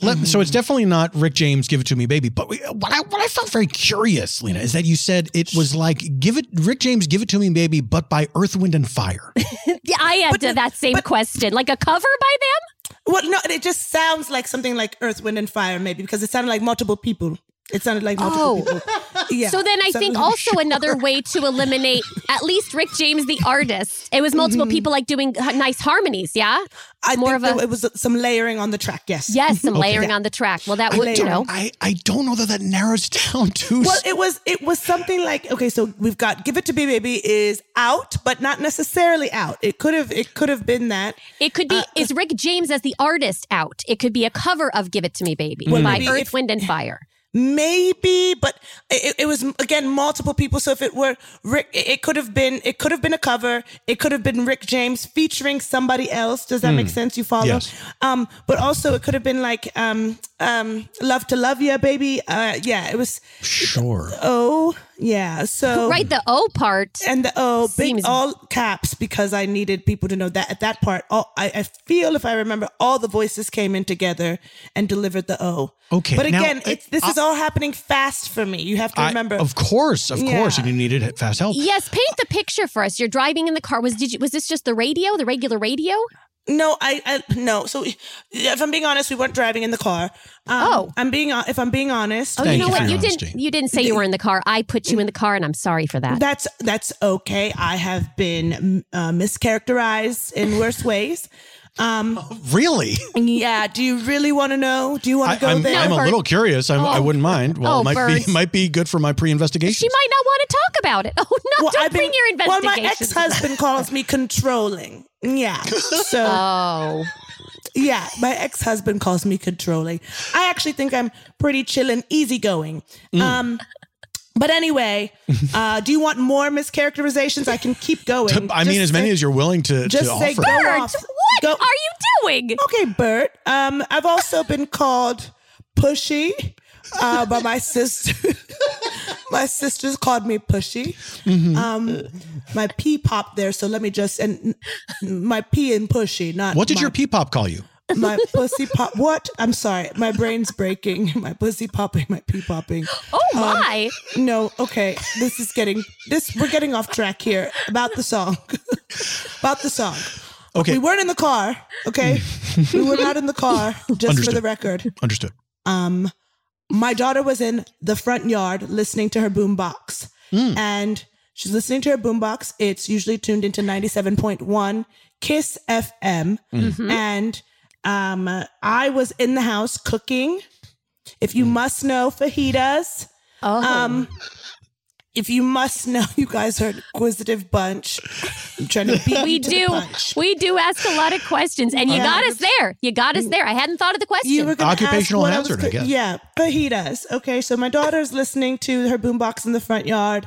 B: Let, So it's definitely not Rick James, "Give It to Me, Baby." But we, what I what I felt very curious, Lena, is that you said it was like "Give It," Rick James, "Give It to Me, Baby," but by Earth, Wind, and Fire.
D: Yeah, I had
J: But-
D: that same
J: but-
D: question, like a cover by them.
J: Well, no, it just sounds like something like Earth, Wind, and Fire, maybe because it sounded like multiple people. It sounded like multiple
D: Oh.
J: people. Yeah.
D: So then I
J: Sounded
D: think
J: like-
D: also another way to eliminate at least Rick James the artist. It was multiple people like doing h- nice harmonies, yeah?
J: Mm-hmm. I
D: more
J: think
D: of
J: that
D: a-
J: it was some layering on the track. Yes.
D: Yes, some layering on the track. Well, that would, you know.
B: I I don't know that that narrows it down to.
J: Well, it was it was something like okay, so we've got "Give It to Me, Baby" is out, but not necessarily out. It could have it could have been that.
D: It could
J: uh,
D: be is Rick James as the artist out. It could be a cover of Give It to Me Baby by
J: maybe
D: Earth,
J: if-
D: Wind and Fire.
J: Maybe, but it, it was again multiple people. So if it were Rick, it it could have been it could have been a cover. It could have been Rick James featuring somebody else. Does that make sense? You follow?
B: Hmm. Yes.
J: Um, but also it could have been like um, um, "Love to Love Ya, Baby." Uh, yeah, it was.
B: sure.
J: Oh, yeah. So
D: Right, the O part.
J: Oh. and the oh big
D: Seems-
J: all caps because I needed people to know that at that part all I, I feel if I remember all the voices came in together and delivered the O.
B: Okay,
J: But
B: now,
J: again, it's, this
B: I-
J: is all happening fast for me. You have to
B: I-
J: remember.
B: of course, of course,
J: Yeah.
B: and you needed fast help.
D: Yes, paint the picture for us. You're driving in the car. Was did you was this just the radio, the regular radio? Oh,
J: No, I, I no. So if I'm being honest, we weren't driving in the car. Um,
D: Oh.
J: I'm being hon- if I'm being honest.
D: Oh,
B: Thank
D: you know
B: you for
D: what?
B: your
D: You didn't
B: honesty.
D: you didn't say you were in the car. I put you in the car and I'm sorry for that.
J: That's that's okay. I have been uh, mischaracterized in worse ways.
B: Really?
J: Yeah. Do you really want to know? Do you want
B: I,
J: to go
B: I'm,
J: there?
B: I'm a
D: Bert.
B: little curious. I'm, I
D: Oh.
B: wouldn't mind. Well,
D: Oh,
B: it might
D: Bert.
B: be might be good for my pre-investigation.
D: She might not want to talk about it. Oh no!
J: Well,
D: don't
J: I've
D: bring
J: been,
D: your
J: well,
D: investigation.
J: my ex-husband calls me controlling. Yeah. So
D: Oh,
J: yeah, my ex-husband calls me controlling. I actually think I'm pretty chill and easygoing.
B: Mm.
J: Um, but anyway, uh, do you want more mischaracterizations? I can keep going.
B: I mean,
J: Just
B: as many
J: say-
B: as you're willing to,
J: just
B: to
J: say
B: offer.
J: go.
D: Bert,
J: off.
D: what
J: Go-
D: are you doing?
J: Okay, Bert. Um, I've also been called pushy uh, by my sister. my sisters called me pushy.
B: Mm-hmm.
J: Um, my pee popped there, so let me just and my pee and pushy. Not
B: What did
J: my,
B: your P-pop call you?
J: my pussy pop? What? I'm sorry, my brain's breaking. My pussy popping. My pee popping.
D: Oh my!
J: No, okay. This is getting this we're getting off track here about the song. about the song.
B: Okay.
J: We weren't in the car. Okay. we were not in the car, just for the
B: Understood.
J: record.
B: Understood.
J: Um, my daughter was in the front yard listening to her boombox,
B: Hmm.
J: and she's listening to her boombox. It's usually tuned into ninety-seven point one Kiss FM,
B: Mm-hmm.
K: Mhm.
J: and um, I was in the house cooking. If
B: Hmm.
J: you must know, fajitas.
D: Oh.
J: Um, if you must know, you guys are an inquisitive bunch. I'm trying to beat
D: we
J: you to the
D: do
J: punch.
D: we do ask a lot of questions and you
J: Yeah.
D: got us there you got us there i hadn't thought of the question
J: You were gonna ask
B: Occupational
J: what was
B: hazard, I
J: coo-
B: guess.
J: Yeah, fajitas. Okay, so my daughter's listening to her boombox in the front yard,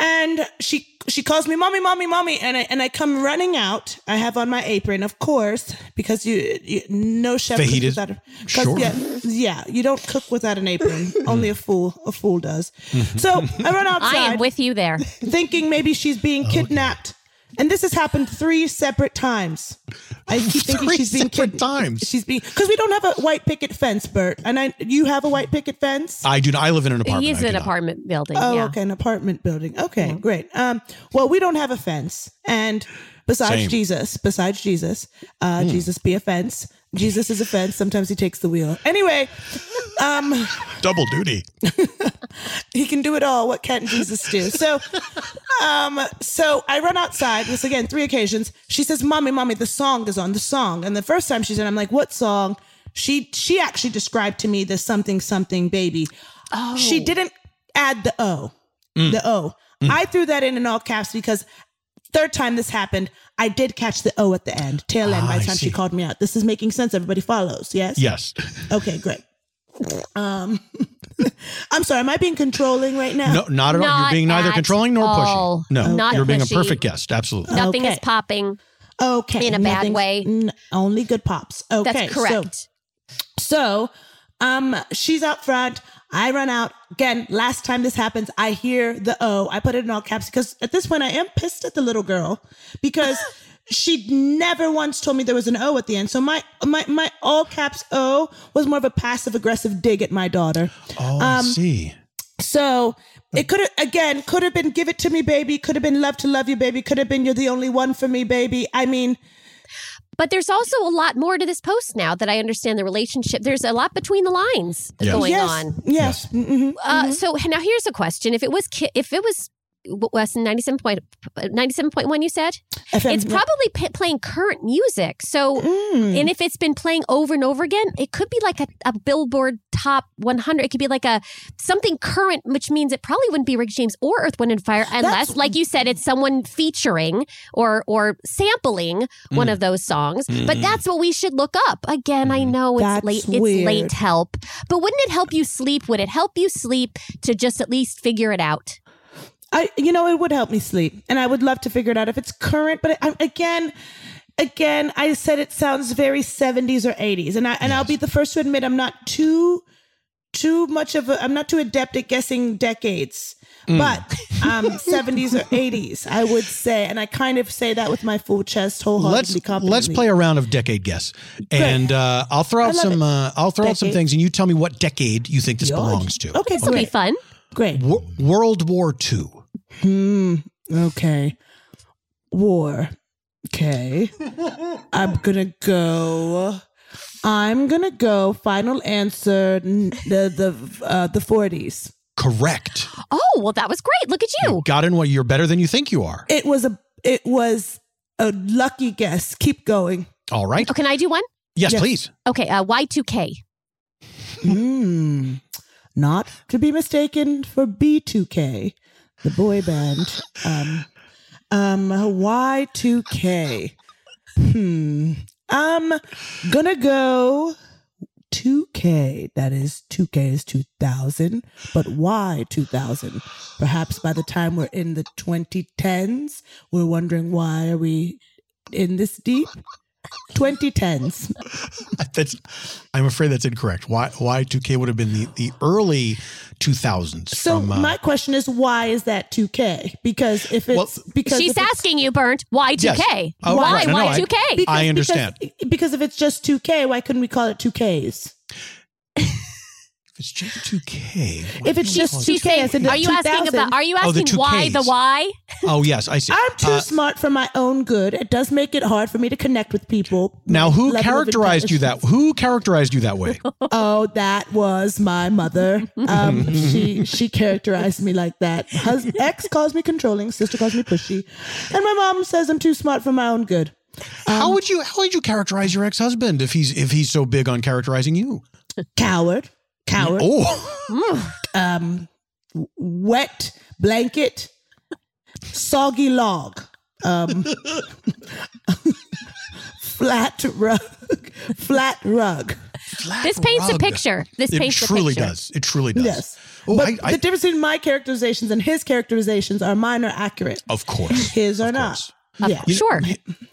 J: and she she calls me, "Mommy, mommy, mommy!" and I and I come running out. I have on my apron, of course, because you, you no chef cooks
B: Fajitas?
J: without a 'cause,
B: Sure.
J: Yeah, yeah, you don't cook without an apron. Only a fool a fool does. So I run outside.
D: i am with you there
J: thinking maybe she's being kidnapped. And this has happened three separate times. I keep thinking
B: Three
J: she's being
B: separate
J: kidnapped.
B: times.
J: She's being because we don't have a white picket fence, Bert. And I, you have a white picket fence.
B: I do. I live in an apartment.
D: he's
B: I do
D: in an
B: not.
D: apartment building
J: Oh,
D: yeah
J: okay, an apartment building. Okay, great. Um, well, we don't have a fence, and besides
B: Same.
J: Jesus, besides Jesus, uh,
B: Hmm.
J: Jesus be a fence. Jesus is a fence. Sometimes he takes the wheel. Anyway, um.
B: Double duty.
J: he can do it all. What can't Jesus do? So, um, so I run outside. This again, three occasions. She says, "Mommy, mommy, the song is on. The song." And the first time she said, "I'm like, what song?" She she actually described to me the something something baby. Oh. She didn't add the O.
K: Mm.
J: The O. I threw that in in all caps because third time this happened, I did catch the O at the end, tail end.
B: Ah,
J: by the
B: I
J: time she
B: see.
J: called me out, this is making sense. Everybody follows. Yes.
B: Yes.
J: Okay. Great. Um, I'm sorry. Am I being controlling right now?
B: No, not at all. You're
D: Not
B: being neither
D: at
B: controlling nor
D: all.
B: pushy. No,
D: Not
B: you're being
D: pushy.
B: a perfect guest. Absolutely.
D: nothing is
J: Okay.
D: popping
J: Okay.
D: in a bad
J: nothing's-
D: way
J: n- only good pops. Okay.
D: that's
J: so-
D: correct
J: So, um, she's out front. I run out again. Last time this happens, I hear the O. I put it in all caps because at this point I am pissed at the little girl because she never once told me there was an O at the end. So my my my all caps O was more of a passive aggressive dig at my daughter.
B: Oh, I
J: Um,
B: see.
J: So it could have again could have been give it to me, baby. Could have been love to love you, baby. Could have been you're the only one for me, baby. I mean,
D: But there's also a lot more to this post now that I understand the relationship. There's a lot between the lines
J: Yes.
D: going
J: Yes.
D: on.
J: yes. mhm,
D: Uh,
J: mhm.
D: So now here's a question: If it was, ki- if it was, what was 97 point, 97.1 you said
J: FM,
D: it's
J: yeah.
D: probably p- playing current music so
J: Mm.
D: and if it's been playing over and over again it could be like a, a billboard top 100 it could be like a something current which means it probably wouldn't be rick james or earth wind and fire unless like you said it's someone featuring or or sampling
J: Hmm.
D: one of those songs but
K: Mm.
D: that's what we should look up again i know it's
J: That's
D: late it's
J: weird.
D: late help but wouldn't it help you sleep would it help you sleep to just at least figure it out
J: I, you know, it would help me sleep, and I would love to figure it out if it's current. But I, again, again, I said it sounds very seventies or eighties, and I and I'll be the first to admit I'm not too too much of a I'm not too adept at guessing decades,
B: Mm.
J: but um seventies or eighties, I would say, and I kind of say that with my full chest,
B: Let's
J: wholeheartedly. confidently.
B: let's play a round of decade guess, and uh, I'll throw
J: I
B: out
J: love
B: some
J: it.
B: uh, I'll throw out some
J: Decade.
B: things, and you tell me what decade you think this
J: Yeah.
B: belongs to.
J: Okay,
D: this will be
J: great,
D: fun
J: great.
B: Wo- World War II.
J: Hmm. Okay. War. Okay. I'm gonna go. I'm gonna go. Final answer. n- The the uh, the forties.
B: Correct.
D: oh well that was great look at
J: Hmm.
D: you
B: Got in what you're better than you think you are.
J: It was a it was a lucky guess. Keep going.
B: All right.
D: oh can i do one
B: Yes,
J: Yes.
B: please.
D: okay uh, y2k
J: Hmm. Not to be mistaken for B2K, the boy band. Um. Um. Y2K. Hmm. I'm gonna go 2K. That is 2K is 2000, but why 2000? Perhaps by the time we're in the 2010s, we're wondering why are we in this deep? 2010s.
B: That's. I'm afraid that's incorrect. Why? Why 2K would have been the, the early 2000s.
J: So
B: from, uh,
J: my question is, why is that 2K? Because if it's
B: Well-
J: because
D: She's
J: if it's-
D: asking you, Burnt, why 2K?
B: Yes. Oh,
D: why
B: right. No, no,
D: why
B: I-
D: 2K?
J: because-
B: I understand.
J: Because, because if it's just 2K, why couldn't we call it 2Ks?
B: if it's just 2K. why
J: If it's
B: do we
J: just
B: call it
D: She's
J: 2K,
D: saying,
J: as in the
D: are you asking
J: 2000s?
D: about? Are you
B: Oh, the
D: asking why the
B: 2Ks.
D: why?
B: Oh yes, I see.
J: I'm too smart for my own good. It does make it hard for me to connect with people.
B: Now, who
J: Level of
B: characterized you that? Who characterized you that way?
J: Oh, that was my mother. Um, she she characterized me like that. Hus- ex calls me controlling, sister calls me pushy, and my mom says I'm too smart for my own good. Um,
B: how would you How would you characterize your ex husband if he's if he's so big on characterizing you?
J: Coward, coward.
B: Oh,
J: um, wet blanket, soggy log, um, flat rug, flat rug.
D: This paints a
B: rug.
D: picture. This
B: it
D: paints a
B: truly
D: picture.
B: does. It truly does.
J: Yes.
B: Oh,
J: but
B: I, I,
J: the difference between my characterizations and his characterizations are mine are accurate.
B: of course.
J: His are
B: course.
J: not. Yeah.
B: You know,
D: Sure.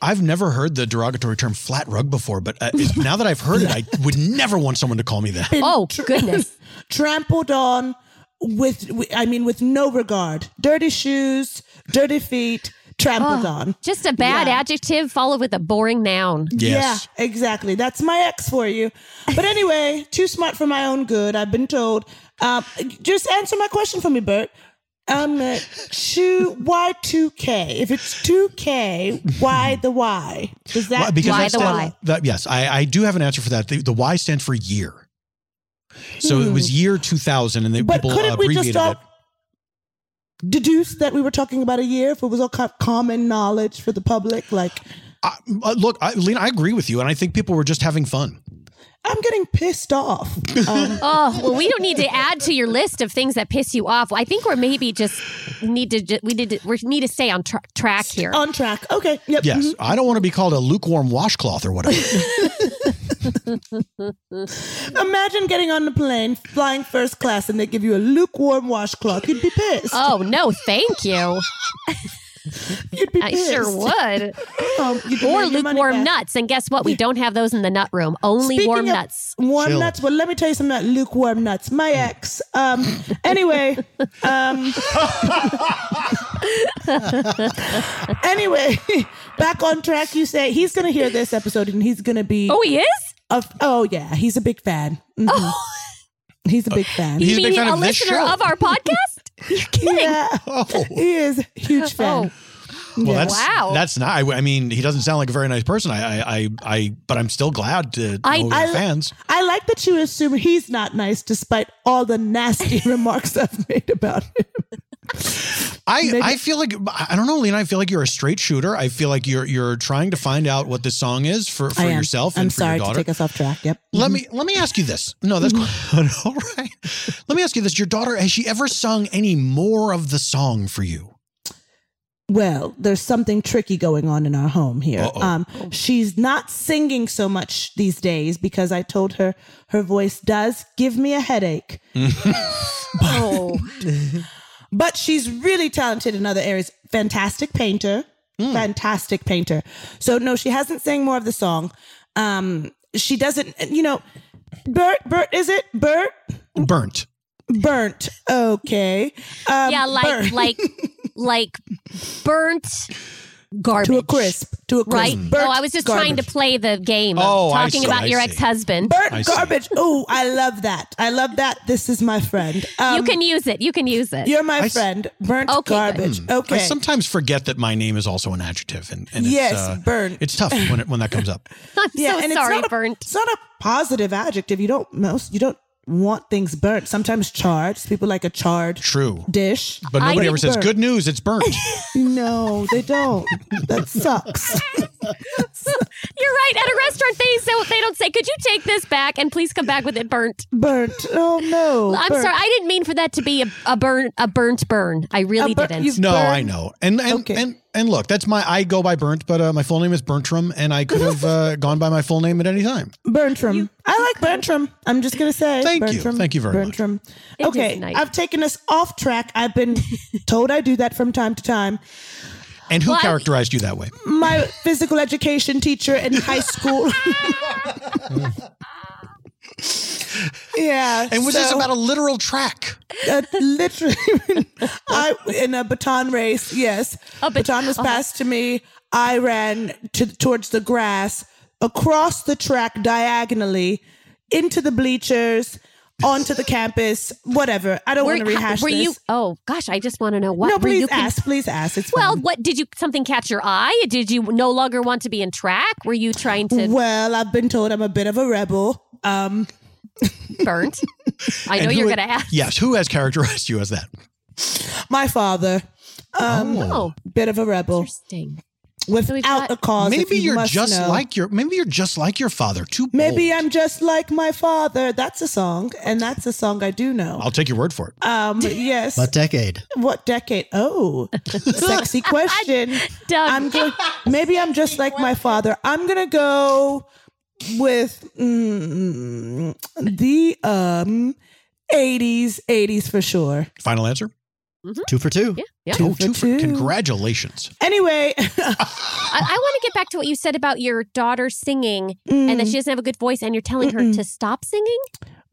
B: I've never heard the derogatory term flat rug before, but uh, now that I've heard it, I would never want someone to call me that.
D: Oh goodness.
J: Trampled on with, with- I mean, with no regard. Dirty shoes, dirty feet, trampled on.
D: Just a bad
J: Yeah.
D: adjective followed with a boring noun.
B: Yes.
J: Yeah, exactly. That's my ex for you. But anyway, too smart for my own good, I've been told. Uh, just answer my question for me, Bert. Um, uh, two, why 2K? If it's 2K, why the why? Does that
B: Why- because
D: Why
B: that
D: the
B: stand-
D: why?
B: that- yes, I, I do have an answer for that. The, the Y stands for year. So it was year 2000, and they,
J: Hmm. But
B: people
J: couldn't we just
B: abbreviated
J: all-
B: it.
J: deduce that we were talking about a year if it was all co- common knowledge for the public? Like,
B: I, uh, look, I, Lena, I agree with you, and I think people were just having fun.
J: I'm getting pissed off. Um,
D: Oh well, we don't need to add to your list of things that piss you off. I think we're maybe just need to ju- we need to we need to stay on tra- track here.
J: on track. Okay. Yep.
B: Yes,
J: mhm.
B: I don't want to be called a lukewarm washcloth or whatever.
J: Imagine getting on the plane, flying first class, and they give you a lukewarm washcloth. You'd be pissed.
D: Oh no, thank you.
J: You'd be
D: I
J: pissed.
D: sure would.
J: Um,
D: Or
J: you demand your money
D: lukewarm
J: back.
D: nuts. And guess what? We don't have those in the nut room. Only
J: Speaking
D: warm
J: of
D: nuts.
J: Warm
B: Chill. Hmm.
J: nuts. Well, let me tell you something about lukewarm nuts. My ex. Um, anyway. Um, anyway, back on track. You say he's going to hear this episode and he's going to be.
D: Oh, he Oh. is.
J: Of, oh yeah, he's a big fan. Mhm. He's a big fan.
B: Uh, He's a
D: you
B: big
D: mean
B: fan
D: a
B: of this
D: listener
B: show.
D: of our podcast? You're kidding. Oh.
J: yeah,
B: oh,
J: he is a huge fan.
B: well, that's
D: Wow.
B: that's not. I, I mean, he doesn't sound like a very nice person. I, I, I, I but I'm still glad to
D: I-
B: know
J: I-
B: your fans.
J: I like that you assume he's not nice despite all the nasty remarks I've made about him.
B: I, I feel like I don't know, Lena. I feel like you're a straight shooter. I feel like you're you're trying to find out what this song is for, for
J: I am.
B: yourself
J: I'm
B: and for
J: sorry
B: your
J: to
B: daughter.
J: take us off track. Yep.
B: Let me let me ask you this. No, that's
J: Mm-hmm.
B: all right. Let me ask you this. Your daughter has she ever sung any more of the song for you?
J: Mm-hmm. Well, there's something tricky going on in our home here.
B: Uh-oh.
J: Um, she's not singing so much these days because I told her her voice does give me a headache.
D: Oh,
J: But she's really talented in other areas. Fantastic painter.
B: Hmm.
J: Fantastic painter. So no, she hasn't sang more of the song. Um, she doesn't. You know, Bert. Bert is it Bert?
B: Burnt.
J: Burnt. Okay. Um,
D: yeah, like
J: burnt.
D: like like burnt garbage
J: to a crisp. To a crisp.
D: Right?
J: Burnt
D: oh, I was just trying to
J: garbage.
D: play the game of
B: Oh, I
D: talking
B: see,
D: about
B: I
D: your
B: see.
D: ex-husband.
B: I
J: Burnt
B: see.
J: garbage. Oh, I love that. I love that. This is my friend. Um,
D: you can use it. You can use it.
J: You're my
B: I s- Mm.
J: friend. Burnt
D: Okay, good.
J: garbage.
B: I
J: Okay.
B: sometimes forget that my name is also an adjective, and, and
J: Yes,
B: it's, uh,
J: burnt.
B: It's tough when it, when that comes up.
D: I'm so
J: it's
D: sorry,
J: not a-
D: burnt.
J: It's not a positive adjective. You don't most. You don't want things burnt. Sometimes charred. People like a charred
B: True,
J: dish.
B: but
D: I
B: nobody
D: think
B: ever says
J: burnt.
B: good news. It's burnt.
J: No, they don't. that sucks.
D: You're right. At a restaurant, they so they don't say, "Could you take this back and please come back with it burnt."
J: Burnt. Oh no.
D: I'm
J: burnt.
D: sorry. I didn't mean for that to be a, a burn a burnt burn. I really
J: bur-
D: didn't.
J: you've
B: No,
J: burned-
B: I know, and and,
J: Okay.
B: and and look, that's my I go by burnt, but uh, my full name is Bertram, and I could have uh, gone by my full name at any time.
J: Bertram. I like Bertram. I'm just gonna say.
B: Thank you.
J: Bertram,
B: Thank you very much.
J: Bertram.
D: It is
J: Okay,
D: nice.
J: I've taken us off track. I've been told I do that from time to time.
B: And who
D: Well, I-
B: characterized you that way?
J: My physical education teacher in high school. yeah,
B: And was this
J: so,
B: about a literal track?
J: uh, literally, I in a baton race. Yes, a baton
D: uh-huh.
J: was passed to me. I ran to, towards the grass, across the track diagonally, into the bleachers, onto the campus, whatever. I don't
D: Were-
J: want to rehash
D: were
J: this.
D: you- oh gosh, I just want to know what.
J: no,
D: were
J: please
D: you con-
J: ask. please ask. It's
D: Well,
J: fine.
D: what did you? Something catch your eye? Did you no longer want to be in track? Were you trying to
J: Well, I've been told I'm a bit of a rebel. Um,
D: burnt? I know
B: And who
D: you're
B: it-
D: going to ask.
B: Yes, who has characterized you as that?
J: my father, um,
D: Oh,
J: bit of a rebel
D: interesting. So we've
J: without
D: got-
J: a cause. if
B: Maybe
J: you
B: you are
J: must
B: just
J: know.
B: like your maybe you're just like your father. Too
J: Maybe
B: bold.
J: I'm just like my father. That's a song, and that's a song I do know.
B: I'll take your word for
D: Oh.
B: it.
J: Um, yes.
F: What decade?
J: What decade? Oh, sexy question.
D: Doug,
J: I'm going. Maybe I'm just like my father. I'm gonna go with mm, the um. 80s, 80s for sure.
B: Final answer. Oh,
F: Two for two.
D: yeah, yeah.
J: Two for
B: two
J: two.
B: Congratulations.
J: Anyway,
D: I, I want to get back to what you said about your daughter singing and
J: Mm.
D: that she doesn't have a good voice, and you're telling her to stop singing.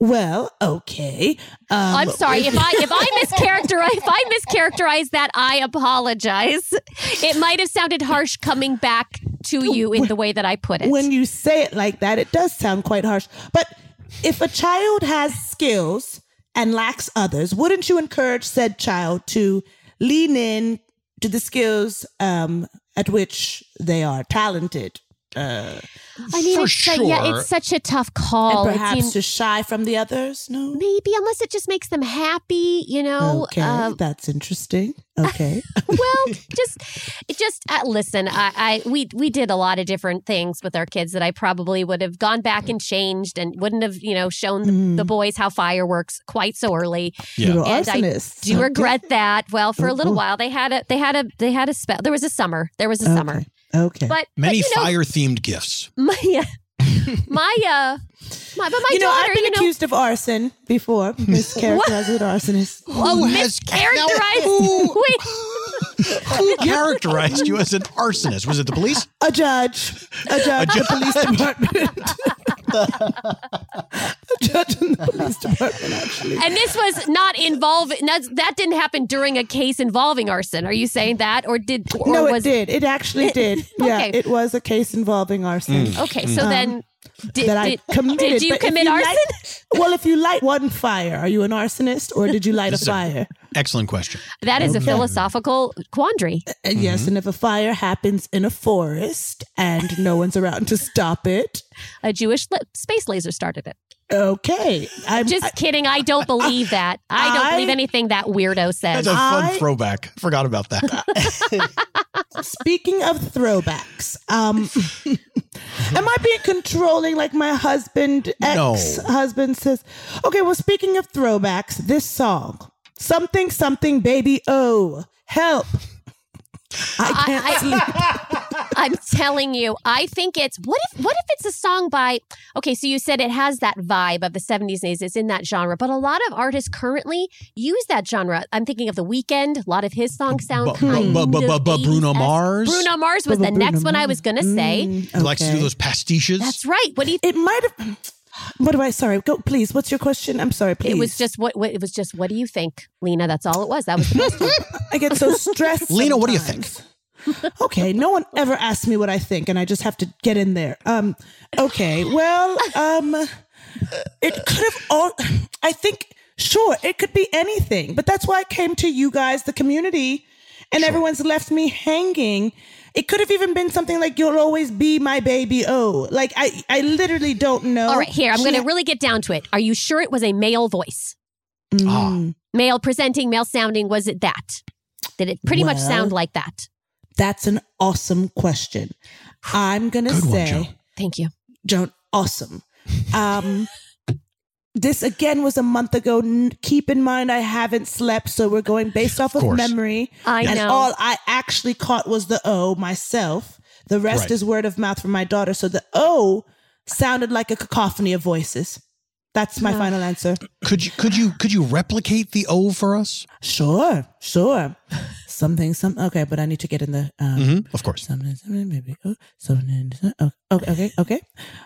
J: well, okay. Um,
D: I'm sorry if I if I mischaracterize if I mischaracterize that. I apologize. It might have sounded harsh coming back to you in the way that I put it.
J: when you say it like that, it does sound quite harsh. But if a child has skills and lacks others, wouldn't you encourage said child to lean in to the skills um, at which they are talented? Uh,
D: I mean,
B: For
D: it's su- yeah,
B: sure.
D: it's such a tough
J: and
D: call. It
J: perhaps
D: seems-
J: to shy from the others? No.
D: maybe unless it just makes them happy, you know.
J: okay,
D: Uh,
J: that's interesting. Okay.
D: well, just, just uh, listen. I, I, we, we did a lot of different things with our kids that I probably would have gone back and changed, and wouldn't have, you know, shown
J: Mm.
D: the boys how fire works quite so early.
B: Mm-hmm. Yeah.
J: You're
D: And I
J: arsonists.
D: Do you
J: Okay.
D: regret that? Well, for a little
J: Mhm.
D: while, they had a, they had a, they had a spell. There was a summer. There was a
J: Okay.
D: summer.
J: Okay.
D: But but,
B: Many
D: you know,
B: fire themed gifts.
D: my, my, uh, my, but my
J: you know,
D: daughter,
J: I've been
D: you know,
J: accused of arson before, mischaracterized as an arsonist.
D: well, mischaracterized. Wait,
B: Who characterized you as an arsonist? Was it the police?
J: A judge. A judge. in the police department. a judge in the police department, actually.
D: And this was not involving that, that didn't happen during a case involving arson. Are you saying that or did or
J: no, it
D: was
J: did. It actually did. Yeah,
D: Okay.
J: it was a case involving arson.
D: Okay, so
B: Mm.
J: Um,
D: then did,
J: that I
D: did,
J: committed.
D: did you
J: But if
D: commit
J: light-
D: arson?
J: well, if you light one fire, are you an arsonist or did you light a Uh,
B: This is a-
J: fire?
B: Excellent question.
D: that is a philosophical quandary.
J: Uh, Yes, and if a fire happens in a forest and no one's around to stop it,
D: A Jewish li- space laser started it.
J: okay. I'm
D: Just kidding. I don't believe that. I don't
J: I-
D: believe anything that weirdo says.
B: That's a fun
J: I-
B: throwback. Forgot about that.
J: Speaking of throwbacks, um, am I being controlling like my husband,
B: No.
J: ex husband says? Okay, well, speaking of throwbacks, this song, something, something, baby, oh, help. I can't
D: I-
J: sleep.
D: I'm telling you, I think it's what if what if it's a song by okay, so you said it has that vibe of the 70s and 80s, it's in that genre, but a lot of artists currently use that genre. I'm thinking of The Weeknd, a lot of his songs sound
B: Bu-
D: kind
B: bu- bu- bu-
D: of
B: bu- Bruno
D: 80s-esque.
B: Mars?
D: Bruno Mars was the
J: Bruno
D: next one I was gonna say.
J: Mm,
B: He likes to do
J: okay.
B: those pastiches.
D: That's right. What do you
J: It might have. What do I? Sorry, go please. What's your question? I'm sorry, please.
D: it was just what, what it was just what do you think, Lena? That's all it was. That was the question.
J: I get so stressed.
B: Lena, what do you
J: sometimes. okay, no one ever asks me what I think, and I just have to get in there. Um, okay, well, um, it could have all. I think sure it could be anything, but that's why I came to you guys, the community, and everyone's left me hanging. It could have even been something like "You'll always be my baby." Oh, like I, I literally don't know.
D: all right, here, I'm
J: She-
D: gonna really get down to it. Are you sure it was a male voice?
B: Ah.
J: Mm,
D: Male presenting, male sounding, was it that? Did it pretty much
J: Well,
D: sound like that?
J: that's an awesome question. I'm gonna
B: Good one,
J: say.
B: Joe.
D: Thank you.
J: Joan, awesome. Um, this again was a month ago. N- keep in mind, I haven't slept, so we're going based off of,
B: course.
J: memory.
D: I
J: and
D: know.
J: all I actually caught was the O myself. The rest
B: Right.
J: is word of mouth from my daughter. So the O sounded like a cacophony of voices. That's my final answer.
B: Could you could you could you replicate the O for us?
J: Sure, sure. Something, some. Okay, but I need to get in the. Um,
B: Mm-hmm. Of course.
J: Something, something, baby. Oh, something, something. Oh, okay, okay, okay.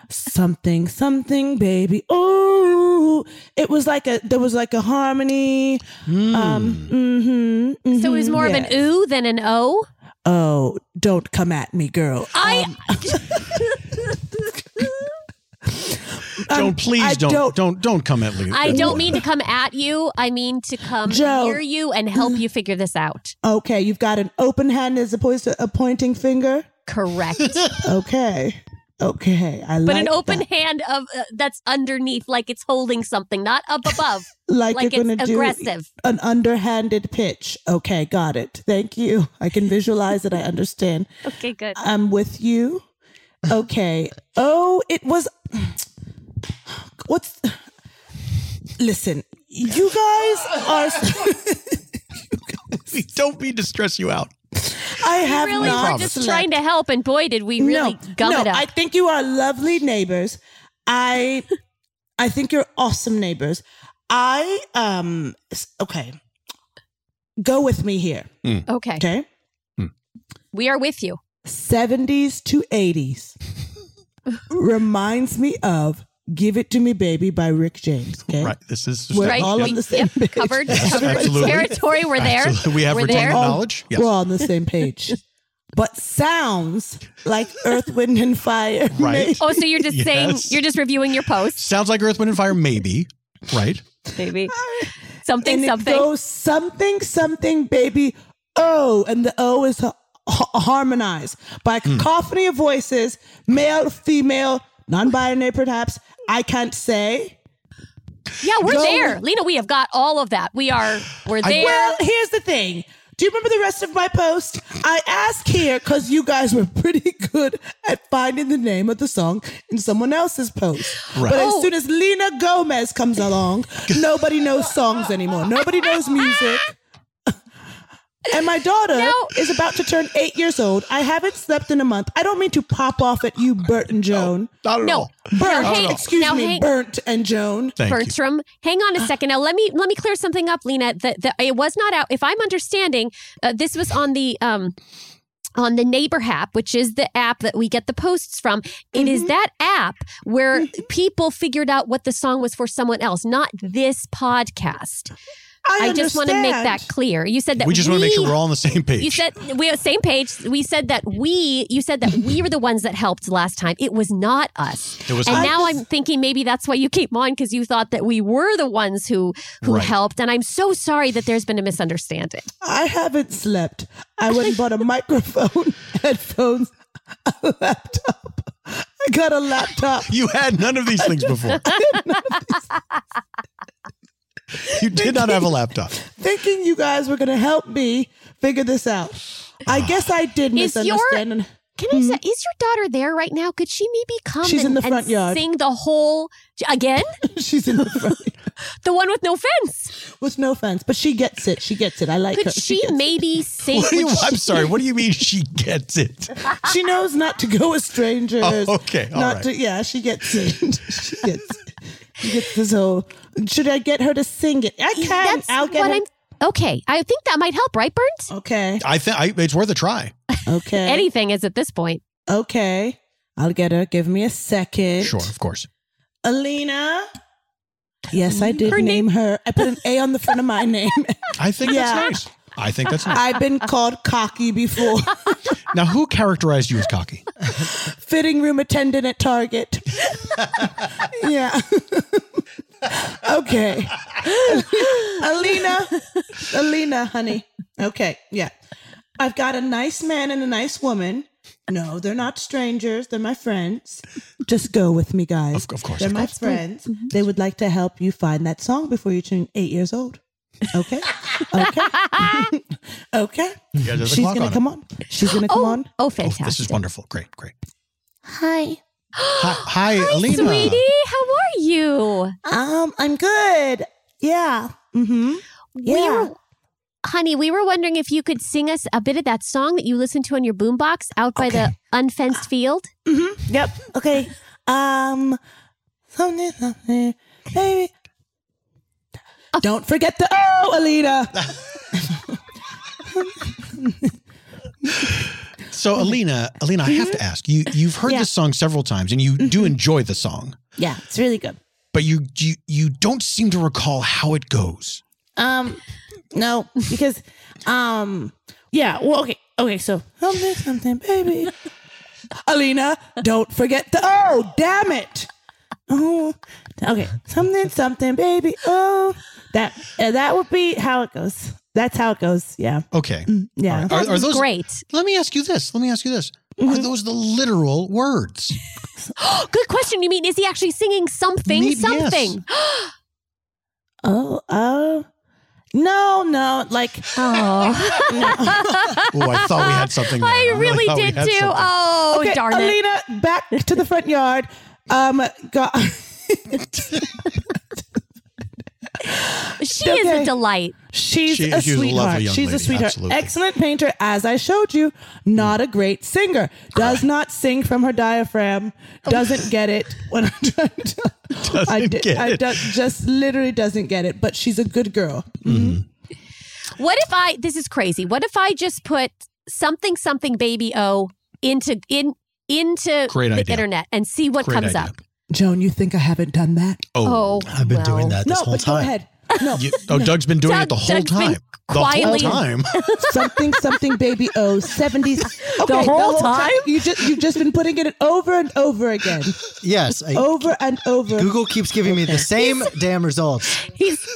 J: something, something, baby. Oh, it was like a there was like a harmony.
B: Hmm.
J: Um, mhm,
D: So it was
J: mhm,
D: more of
J: yes.
D: an ooh than an O.
J: Oh, don't Um, come at me, girl.
D: I
J: Um,
B: Joan, please
D: I
B: don't,
D: don't-
B: don't don't come at Lee.
D: I don't mean to come at you. I mean to come
J: Joe.
D: near you and help you figure this out.
J: Okay, you've got an open hand as opposed to a pointing finger.
D: Correct.
J: okay. Okay. I
D: But
J: like
D: an open
J: that.
D: hand of uh, that's underneath, like it's holding something, not up above.
J: like, you're
D: it's
J: gonna
D: aggressive.
J: do an underhanded pitch. Okay, got it. Thank you. I can visualize it. I understand.
D: Okay, good.
J: I'm with you. Okay. Oh, it was. What's? Listen, you guys are.
B: don't mean to stress you out.
J: I have
D: we really
J: not
D: were just
J: slept.
D: trying to help, and boy, did we really gum
J: no,
D: it up.
J: I think you are lovely neighbors. I I think you're awesome neighbors. I um s- okay. Go with me here.
D: okay.
J: Okay.
D: We are with you.
J: 70s to 80s reminds me of Give It To Me Baby by Rick James. Okay.
B: Right. This is
J: We're
B: Right.
J: Eh? all
B: Yep.
J: on the same
D: Yep,
J: page.
D: covered,
B: Yes,
D: covered
B: absolutely.
D: territory. We're there.
B: Absolutely. We have
D: We're
B: retained
D: there.
J: All-
B: knowledge. Yes.
J: We're all on the same page. But sounds like Earth, Wind, and Fire.
B: Right.
D: Oh, so you're just saying
B: Yes.
D: you're just reviewing your post,
B: Sounds like Earth, Wind, and Fire, maybe. Right.
D: maybe something,
J: and
D: something.
J: it goes something something baby oh and the o is ha- ha- harmonized by a
B: Hmm.
J: cacophony of voices male female non-binary perhaps i can't say
D: yeah, we're
J: go-
D: there, Lena. We have got all of that. We are. We're there.
J: well here's the thing do you remember the rest of my post? I ask here because you guys were pretty good at finding the name of the song in someone else's post.
B: Right.
J: But
D: Oh.
J: as soon as Lena Gomez comes along, nobody knows songs anymore. Nobody knows music. And my daughter
D: No.
J: is about to turn eight years old. I haven't slept in a month. I don't mean to pop off at you, Bert and Joan.
B: Not at
D: No.
B: all.
J: Bert,
D: Now, hey-
J: excuse
D: now,
J: me,
D: hey-
J: Bert and Joan.
B: Thank you.
D: Bertram, hang on a second. Now let me let me clear something up, Lena. That that it was not out. If I'm understanding, uh, this was on the um on the neighbor app, which is the app that we get the posts from. It
B: Mm-hmm.
D: is that app where people figured out what the song was for someone else, not this podcast.
J: I,
D: I just want to make
J: understand.
D: that clear. You said that
B: We just want to make sure we're all on the same page.
D: You said we are same page. We said that we. You said that we were the ones that helped last time. It was not us.
B: It was
D: and
B: not
D: now
J: us.
D: I'm thinking maybe that's why you came on because you thought that we were the ones who who
B: Right.
D: helped. And I'm so sorry that there's been a misunderstanding.
J: I haven't slept. I went and bought a microphone, headphones, a laptop. I got a laptop.
B: you had none of these things before. you did not have a laptop.
J: thinking you guys were going to help me figure this out. I guess I did
D: Is your-
J: misunderstand. and-
D: Can I say, is your daughter there right now? Could she maybe come?
J: Mm-hmm. She's
D: and,
J: in the
D: and
J: front yard.
D: Sing the whole again.
J: she's in the front
D: The one with no fence.
J: with no offense, but she gets it. She gets it. I like her.
D: Could she
J: gets it.
D: maybe sing?
B: What do you,
D: would
B: I'm
D: she-
B: sorry. What do you mean she gets it?
J: She knows not to go with strangers.
B: Oh, okay. All
J: not
B: right.
J: to. Yeah, she gets it. she gets. She gets this whole. Should I get her to sing it? I can.
D: That's
J: I'll get
D: what
J: her-
D: I'm. Okay, I think that might help, right, Burns?
J: Okay.
B: I think I, it's worth a try.
J: Okay.
D: Anything is at this point.
J: okay. I'll get her. Give me a second.
B: Sure, of course.
J: Alina. Yes, I did
D: Her
J: name, her. I put an A on the front of my name.
B: I think
J: Yeah.
B: that's nice. I think that's nice.
J: I've been called cocky before.
B: Now, who characterized you as cocky?
J: Fitting room attendant at Target. yeah. okay. Alina. Alina, honey. Okay. Yeah. I've got a nice man and a nice woman. No, they're not strangers. They're my friends. Just go with me, guys.
B: Of- of course,
J: They're
B: of
J: my
B: course.
J: friends. They would like to help you find that song before you turn eight years old. Okay. Okay. okay.
B: Yeah, there's a
J: She's
B: clock
J: gonna
B: on it.
J: come on. She's gonna come
D: oh,
J: on.
D: oh,
B: Oh,
D: fantastic!
B: this is wonderful. Great, great.
J: Hi.
B: Hi, hi, Alina.
D: Sweetie, how are you?
J: Um, I'm good. Yeah. Mm-hmm.
D: We
J: Yeah.
D: were, honey, we were wondering if you could sing us a bit of that song that you listened to on your boombox out by the unfenced field.
J: Yep. Okay. Um something, something, baby.
D: Uh.
J: Don't forget the O, Alina.
B: So, Alina, Alina, I have to ask you. You've heard
J: Mm-hmm. Yeah. Mm-hmm.
B: this song several times, and you do enjoy the song,
J: yeah, it's really good.
B: but you, you you don't seem to recall how it goes.
J: Um, no, because um, yeah. Well, okay, okay. So something, something, baby. Alina, don't forget the oh, damn it! Oh, okay. Something, something, baby. Oh, that uh, that would be how it goes. That's how it goes. Yeah.
B: Okay.
J: Yeah.
B: All right. Are- are those-
D: great.
B: Let me ask you this. Let me ask you this.
J: Mm-hmm.
B: Are those the literal words?
D: Good question. You mean is he actually singing something?
B: Maybe, yes.
D: something.
J: Oh, oh. No, no, like
D: Oh.
B: Oh, I thought we had something. there.
D: I really
B: thought we
D: did
B: had
D: too.
B: something.
D: Oh,
J: okay,
D: darn it.
J: Alina, back to the front yard. Um, got
D: She is a
J: okay.
D: delight.
J: she's
B: She-
J: a
B: she's a lovely
J: sweetheart.
B: young
J: she's a
B: lady,
J: sweetheart.
B: absolutely.
J: Excellent painter, as I showed you. Not a great singer. Does not sing from her diaphragm. Doesn't get it when I'm trying to. Doesn't I did-
B: get
J: I
B: it.
J: do- just literally doesn't get it. But she's a good girl. Mm.
D: What if I this is crazy. What if I just put something something baby O into in into
B: Great
D: the
B: idea.
D: internet and see what
B: Great
D: comes
B: idea.
D: up.
J: Joan, you think I haven't done that?
D: Oh,
F: I've been doing
D: well.
F: that this
J: no,
F: whole
J: but go
F: time.
J: ahead. No,
B: You- oh, Doug's been doing it the
D: Doug-
B: whole
D: Doug's been
B: time. The whole
D: quietly-
B: time.
J: something something baby oh 70s okay,
D: whole time?
J: you just you've just been putting it over and over again
F: Yes. I-
J: over and over
F: Google keeps giving me the same damn results.
D: He's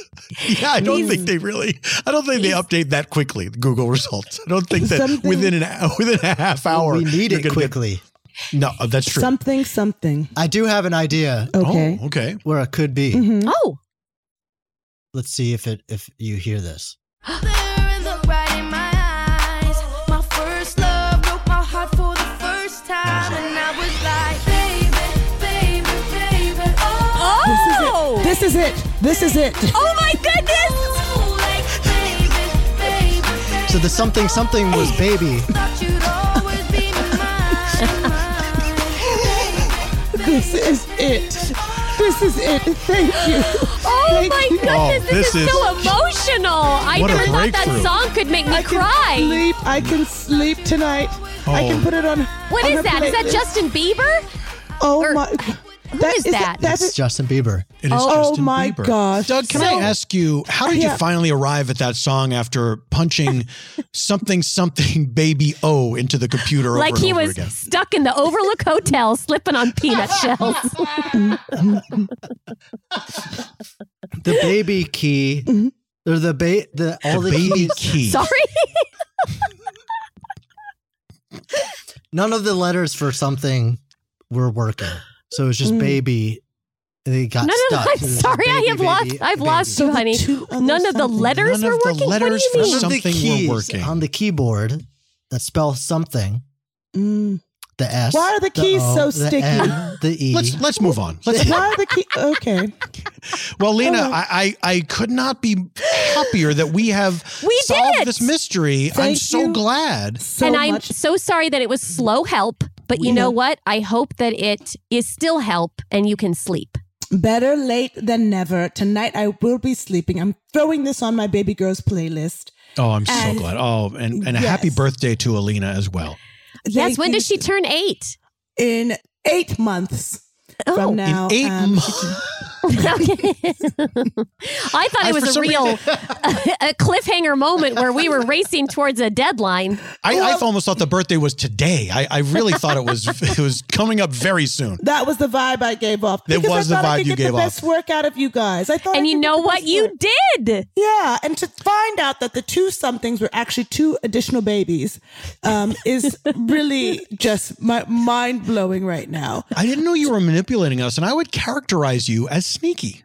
B: yeah, I don't think they really. I don't think they update that quickly. The Google results. I don't think that
J: Something-
B: within an hour, within a half hour
F: we need
B: you're gonna
F: it
B: get-
F: quickly.
B: no, oh, that's true.
J: something something
F: I do have an idea
J: okay
B: Oh, okay.
F: where it could be.
J: Mm-hmm.
D: Oh.
F: Let's see if it if you hear this.
D: Oh.
J: this is it this is it
D: oh my goodness.
F: So the something something was baby.
J: this is it this is it thank you
D: Oh
J: Thank
D: my
J: you.
D: goodness,
B: Oh,
D: this,
B: this
D: is,
B: is-
D: so emotional. I
B: What a
D: never thought that
B: breakthrough.
D: song could make me
J: I can
D: cry.
J: sleep I can sleep tonight I
B: Oh.
J: can put it on
D: What
J: on
D: is
J: a
D: that? Is that
J: playlist.
D: Justin Bieber?
J: oh
D: or-
J: my
D: Who is that?
J: that
F: It's
J: is
F: Justin Bieber.
B: It is
J: Oh
B: Justin
J: my
B: Bieber.
J: gosh.
B: Doug, can
J: So-
B: I ask you, how did
J: Yeah.
B: you finally arrive at that song after punching something something baby O into the computer over
D: Like
B: and
D: he
B: over
D: was
B: again?
D: stuck in the Overlook Hotel slipping on peanut shells.
F: The baby key.
D: Mm-hmm.
F: Or the ba- the all the,
B: the baby
F: keys.
B: key.
D: Sorry.
F: None of the letters for something were working. So it was just baby. They got
D: Mm. No, no, no.
F: stuck.
D: I'm
F: It was just
D: sorry. I
F: baby,
D: have lost.
F: baby,
D: I've
F: baby.
D: lost you,
J: the
D: honey.
J: two other
D: None of the
J: something-
D: letters
B: None
D: were
B: of the
D: working. what
B: letters
D: do
B: for
D: you mean?
F: None of the
B: Something were
F: keys
B: working.
F: on the keyboard that spell something.
J: Mm.
F: The S.
J: Why are the keys
F: O,
J: so
F: the
J: sticky?
F: N, the E.
B: Let's let's move on. Let's
J: why are the key okay
B: Well, Lena,
J: Oh.
B: I, I I could not be happier that we have
D: We did
B: solved
D: it.
B: this mystery. I'm
J: Thank
B: so
J: you.
B: glad.
J: so
D: and I'm
J: much
D: so sorry that it was slow help, but you know what? I hope that it is still help and you can sleep.
J: Better late than never. Tonight I will be sleeping. I'm throwing this on my baby girl's playlist.
B: Oh, I'm so
J: And-
B: glad. Oh, and, and a happy
J: Yes.
B: birthday to Alina as well.
D: Yes,
J: Thank
D: when
J: you.
D: does she turn eight?
J: In eight months
D: Oh.
J: from now.
B: In eight
J: um,
B: months.
D: Okay. I thought
B: I-
D: it was
B: for
D: a
B: some
D: real a cliffhanger moment where we were racing towards a deadline.
B: I, I almost thought the birthday was today. I, I really thought it was it was coming up very soon.
J: that was the vibe I gave off.
B: That
J: Because
B: was the
J: I thought
B: vibe
J: I could
B: you
J: get
B: gave
J: the
B: off.
J: Best work out of you guys. I thought. I
D: And you
J: could get
D: know
J: the
D: what?
J: best
D: You
J: work.
D: did.
J: Yeah, and to find out that the two somethings were actually two additional babies um, is really just my mind blowing right now.
B: I didn't know you were manipulating us, and I would characterize you as sneaky.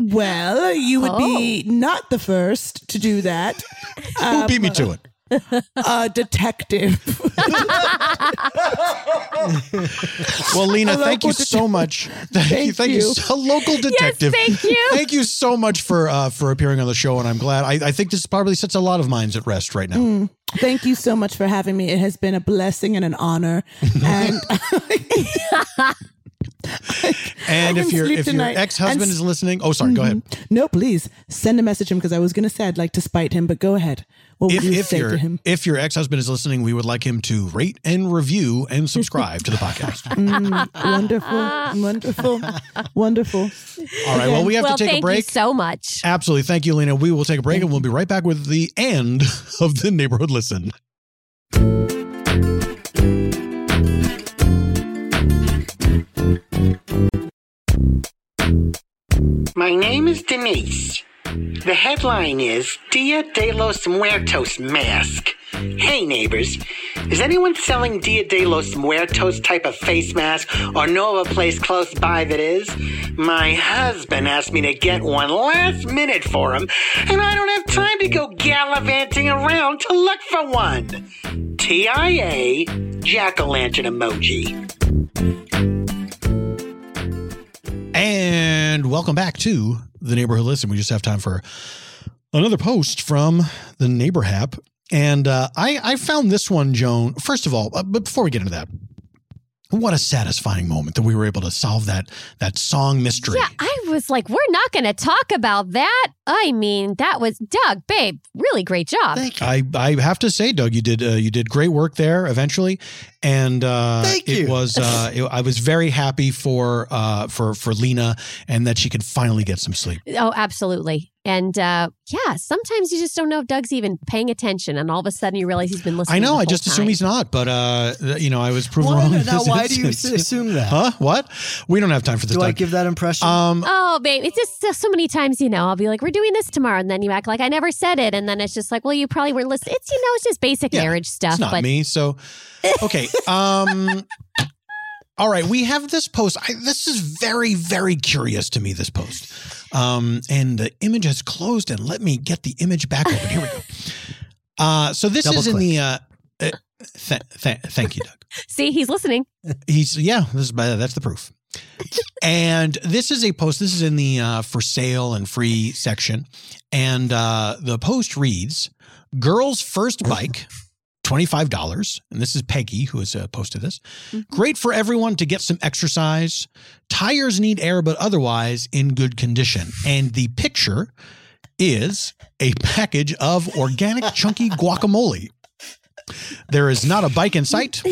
J: Well, you would be not the first to do that.
B: Who beat
J: Um,
B: me to it?
J: A detective.
B: Well, Lena,
J: A
B: thank you
J: local
B: so much. Thank, you,
J: Thank
B: thank you,
J: you.
B: so, local detective.
D: thank you.
B: Thank you so much for uh, for appearing on the show, and I'm glad. I, I think this probably sets a lot of minds at rest right now.
J: Mm. Thank you so much for having me. It has been a blessing and an honor. And
B: And
J: I
B: if
J: can
B: your
J: sleep
B: if your
J: tonight.
B: ex husband
J: And s- Mm-hmm.
B: is listening, oh sorry, go ahead.
J: no, please send a message him because I was going to say I'd like to spite him, but go ahead. What would
B: If
J: you
B: if
J: say
B: your
J: to him?
B: if your ex husband is listening, we would like him to rate and review and subscribe to the podcast.
J: Wonderful, wonderful, wonderful.
B: All right. Well, we have
D: well,
B: to take
D: thank
B: a break.
D: you so much.
B: Absolutely. Thank you, Lena. We will take a break and we'll be right back with the end of the neighborhood listen.
K: My name is Denise. The headline is Dia de los Muertos Mask. Hey neighbors, is anyone selling Dia de los Muertos type of face mask or know of a place close by that is? My husband asked me to get one last minute for him, and I don't have time to go gallivanting around to look for one. TIA, jack o' lantern emoji.
B: And welcome back to the neighborhood listen. We just have time for another post from the neighbor hap. And uh, I, I found this one, Joan. First of all, uh, but before we get into that, what a satisfying moment that we were able to solve that that song mystery.
D: Yeah, I was like, we're not going to talk about that. I mean, that was Doug, babe, really great job.
B: I, I have to say, Doug, you did uh, you did great work there. Eventually, and uh,
F: Thank
B: it
F: you.
B: was uh, it- I was very happy for uh, for for Lena and that she could finally get some sleep.
D: Oh, absolutely. And uh, yeah, sometimes you just don't know if Doug's even paying attention, and all of a sudden you realize he's been listening.
B: I know.
D: the
B: I
D: whole
B: just assume
D: time.
B: he's not, but uh, th- you know, I was proven
F: Why-
B: wrong. in
F: now
B: this
F: why do you
B: instance.
F: s- assume that?
B: Huh? What? We don't have time for this.
F: Do I
B: Doug.
F: give that impression?
B: Um,
D: Oh, babe, it's just so- so many times, you know, I'll be like, we're doing this tomorrow. And then you act like I never said it. And then it's just like, well, you probably were listening. It's, you know, it's just basic marriage stuff.
B: It's not
D: but
B: me. So, okay. Um, all right. We have this post. I, this is very, very curious to me. This post, um, and the image has closed. And let me get the image back open. Here we go. Uh, so this
F: Double
B: is in the. Uh, uh, th- th- thank you, Doug.
D: see, he's listening.
B: He's yeah. This is uh, that's the proof. and this is a post. This is in the uh, for sale and free section, and uh, the post reads: "Girl's first bike." $25. And this is Peggy who has uh, posted this. Great for everyone to get some exercise. Tires need air, but otherwise in good condition. And the picture is a package of organic chunky guacamole. There is not a bike in sight.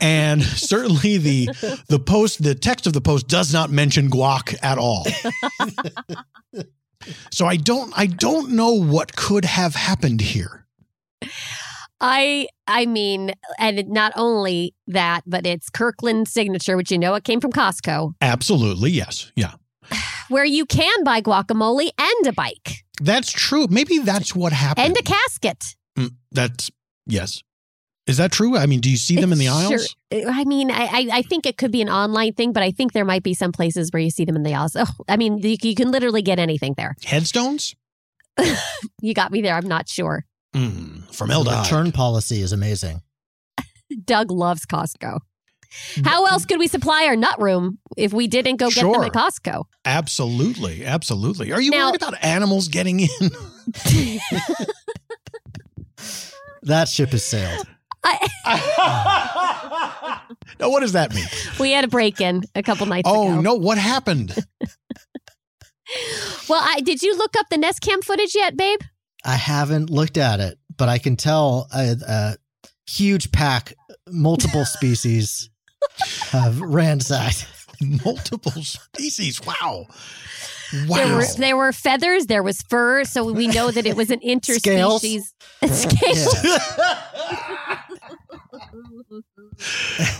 B: And certainly the the post the text of the post does not mention guac at all. so I don't I don't know what could have happened here.
D: I, I mean, and it- not only that, but it's Kirkland signature, which you know, it came from Costco,
B: Absolutely, yes. Yeah.
D: where you can buy guacamole and a bike
B: That's true. Maybe that's what happened.
D: and a casket.
B: Mm, that's yes. Is that true? I mean, do you see them in the
D: Sure.
B: aisles?
D: I mean, I, I, I think it could be an online thing, but I think there might be some places where you see them in the aisles. Oh, I mean, you, you can literally get anything there.
B: Headstones
D: You got me there. I'm not sure.
B: mm, from
F: The
B: Eldar.
F: return policy is amazing.
D: Doug loves Costco.
B: Mm,
D: How else could we supply our nut room if we didn't go get them
B: Sure.
D: at Costco?
B: Absolutely, absolutely. Are you
D: Now-
B: worried about animals getting in?
F: That ship has sailed.
B: now, what does that mean?
D: We had a break in a couple nights
B: oh
D: ago.
B: no, what happened?
D: Well, I, did you look up the Nest Cam footage yet, babe?
F: I haven't looked at it, but I can tell a, a huge pack, multiple species have ransacked.
B: Multiple species. Wow,
D: There
B: wow.
D: were there were feathers, there was fur, so we know that it was an interspecies.
F: Scales.
D: Scales.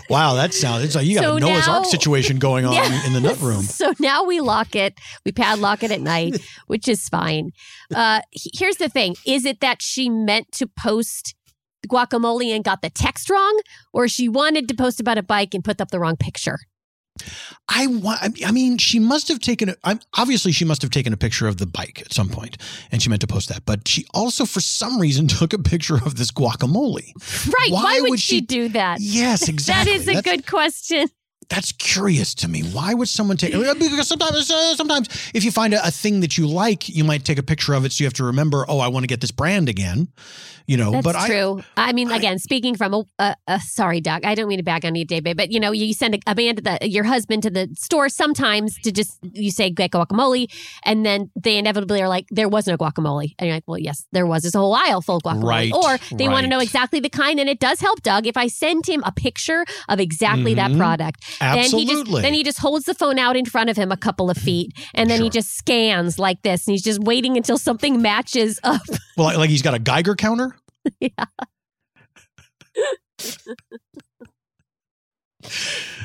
B: Wow, that sounds. It's like you got
D: So
B: a Noah's
D: now-
B: Ark situation going on
D: Yeah.
B: in the nut room.
D: So now we lock it, we padlock it at night, which is fine. Uh, he- here's the thing: is it that she meant to post guacamole and got the text wrong, or she wanted to post about a bike and put up the wrong picture?
B: I want. I mean, she must have taken. A, I'm obviously she must have taken a picture of the bike at some point, and she meant to post that. But she also, for some reason, took a picture of this guacamole.
D: Right? Why, would, she, do that?
B: Yes, exactly.
D: That is a
B: that's,
D: good question.
B: That's curious to me. Why would someone take? Because sometimes, uh, sometimes if you find a, a thing that you like, you might take a picture of it, so you have to remember. Oh, I want to get this brand again. You know,
D: That's
B: but I.
D: true. I, mean, again, speaking from a, a, a sorry, Doc, I don't mean to back on you, David, but you know, you send a, a man to the your husband to the store sometimes to just you say get guacamole, and then they inevitably are like, there was no guacamole, and you're like, well, yes, there was. There's a whole aisle full of guacamole,
B: Right,
D: or they want to know
B: right.
D: exactly the kind, and it does help Doug if I send him a picture of exactly that
B: Mhm.
D: product. Then he
B: Absolutely.
D: just then he just holds the phone out in front of him a couple of feet, and then he
B: Sure.
D: just scans like this, and he's just waiting until something matches uh, up.
B: Well, like, like he's got a Geiger counter.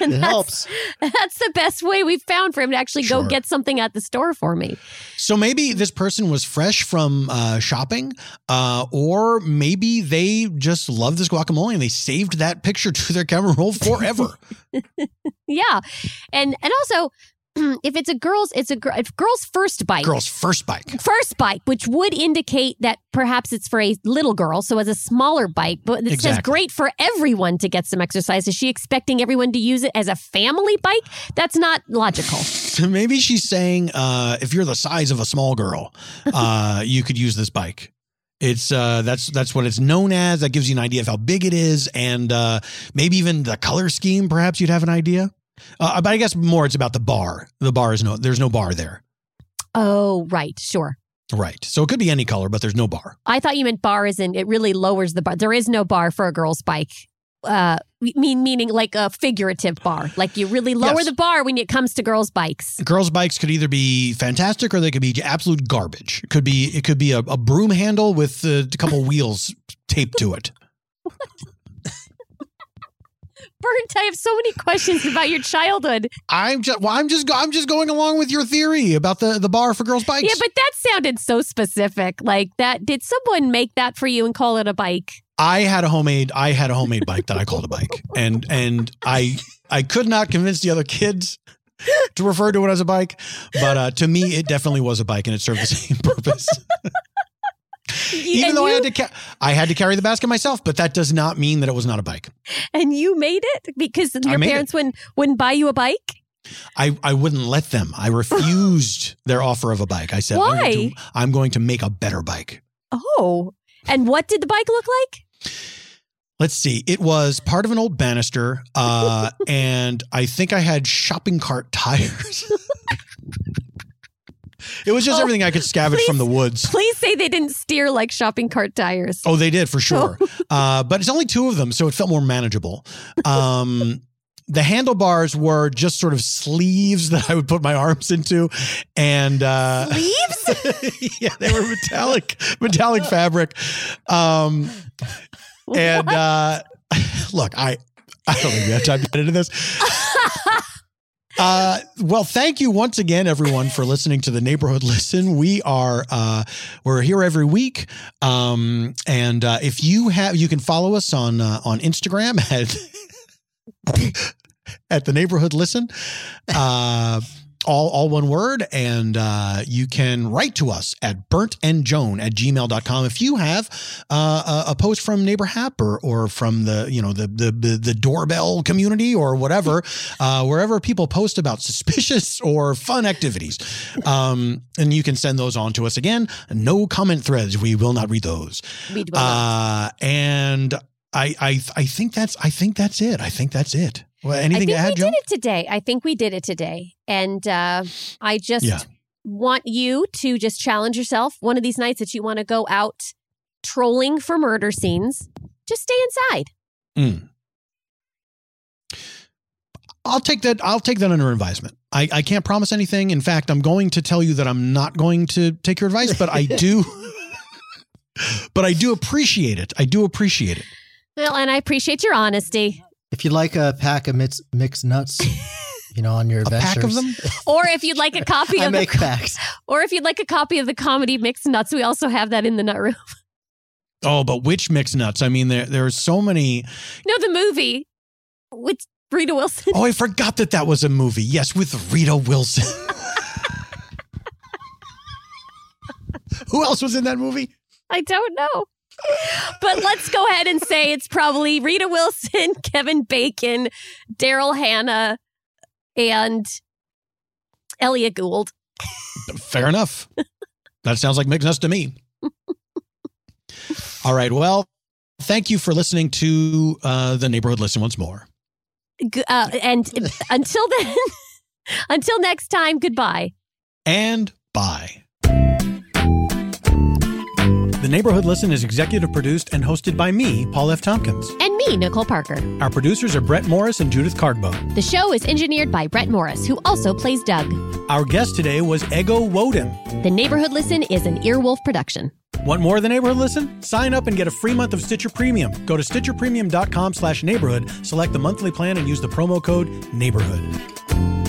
D: And
F: It
D: that's-
F: helps.
D: That's the best way we've found for him to actually go get something at the store for me.
B: So maybe this person was fresh from uh, shopping, uh, or maybe they just love this guacamole and they saved that picture to their camera roll forever.
D: Yeah, and and also, if it's a girl's, it's a gr- if girl's first bike.
B: Girl's first bike.
D: First bike, which would indicate that perhaps it's for a little girl, so as a smaller bike, but it says
B: Exactly.
D: great for everyone to get some exercise. Is she expecting everyone to use it as a family bike? That's not logical.
B: So maybe she's saying, uh, if you're the size of a small girl, uh, you could use this bike. It's uh, that's that's what it's known as. That gives you an idea of how big it is, and uh, maybe even the color scheme. Perhaps you'd have an idea. Uh, but I guess more, it's about the bar. The bar is no, there's no bar there,
D: Oh, right, sure.
B: right? So it could be any color, but there's no bar.
D: I thought you meant bar as in it really lowers the bar. There is no bar for a girl's bike. Uh, mean meaning like a figurative bar. Like you really lower
B: Yes.
D: the bar when it comes to girls' bikes.
B: girls' bikes could either be fantastic or they could be absolute garbage. It could be it could be a, a broom handle with uh, a couple wheels taped to it.
D: Burnt, I have so many questions about your childhood.
B: I'm just well, I'm just go- I'm just going along with your theory about the the bar for girls' bikes.
D: Yeah, but that sounded so specific. Like that did someone make that for you and call it a bike?
B: I had a homemade I had a homemade bike that I called a bike, and and I I could not convince the other kids to refer to it as a bike, but uh, to me it definitely was a bike, and it served the same purpose. Even
D: and
B: though I
D: you-
B: had to ca- I had to carry the basket myself, but that does not mean that it was not a bike.
D: And you made it because your
B: made it.
D: parents wouldn't wouldn't buy you a bike?
B: I, I wouldn't let them. I refused their offer of a bike. I said, I'm going, to,
D: Why?
B: I'm going to make a better bike.
D: Oh. And what did the bike look like?
B: Let's see. It was part of an old banister, uh, and I think I had shopping cart tires. it was just everything I could scavenge from the woods.
D: Oh, Please say they didn't steer like shopping cart tires.
B: Oh, they did for sure. uh, but it's only two of them, so it felt more manageable. Um, the handlebars were just sort of sleeves that I would put my arms into, and uh, sleeves. yeah, they were metallic, metallic fabric. Um, and uh, look, I I don't think we have time to get into this. Uh, well, thank you once again, everyone, for listening to the Neighborhood Listen. We are uh, we're here every week, um, and uh, if you have, you can follow us on uh, on Instagram at at the Neighborhood Listen. Uh, all, all one word. And uh, you can write to us at burntandjoan at gmail.com if you have uh, a, a post from Neighbor Hap or, or from the, you know, the, the, the, the doorbell community or whatever, uh, wherever people post about suspicious or fun activities. Um, and you can send those on to us again. No comment threads. We will not read those.
D: We do
B: Uh, and I, I, I think that's, I think that's it. I think that's it. Well, anything to
D: I
B: add,
D: think we
B: Joan?
D: did it today. I think we did it today, and uh, I just
B: Yeah.
D: want you to just challenge yourself. One of these nights that you want to go out trolling for murder scenes, just stay inside.
B: Mm. I'll take that. I'll take that under advisement. I, I can't promise anything. In fact, I'm going to tell you that I'm not going to take your advice, but I do. but I do appreciate it. I do appreciate it.
D: Well, and I appreciate your honesty.
F: If you'd like a pack of mixed, mixed nuts, you know, on your adventures,
B: Pack of them.
D: Or if you'd like a copy
F: I
D: of the,
F: make packs.
D: or if you'd like a copy of the comedy Mixed Nuts, we also have that in the nut room.
B: Oh, but which mixed nuts? I mean, there there are so many.
D: no, the movie with Rita Wilson.
B: Oh, I forgot that that was a movie. Yes, with Rita Wilson. Who else was in that movie?
D: I don't know. But let's go ahead and say it's probably Rita Wilson, Kevin Bacon, Daryl Hannah, and Elia Gould.
B: Fair enough. that sounds like mixed nuts to me. All right. Well, thank you for listening to uh, the neighborhood listen once more.
D: G- Uh, and until then, until next time, goodbye.
B: And bye. The Neighborhood Listen is executive produced and hosted by me, Paul F. Tompkins.
D: And me, me, Nicole Parker.
B: Our producers are Brett Morris and Judith Cardbo.
D: The show is engineered by Brett Morris, who also plays Doug.
B: Our guest today was Ego Woden.
D: The Neighborhood Listen is an Earwolf production.
B: Want more of the neighborhood listen? Sign up and get a free month of Stitcher Premium. Go to stitcherpremium.com slash neighborhood, select the monthly plan, and use the promo code neighborhood.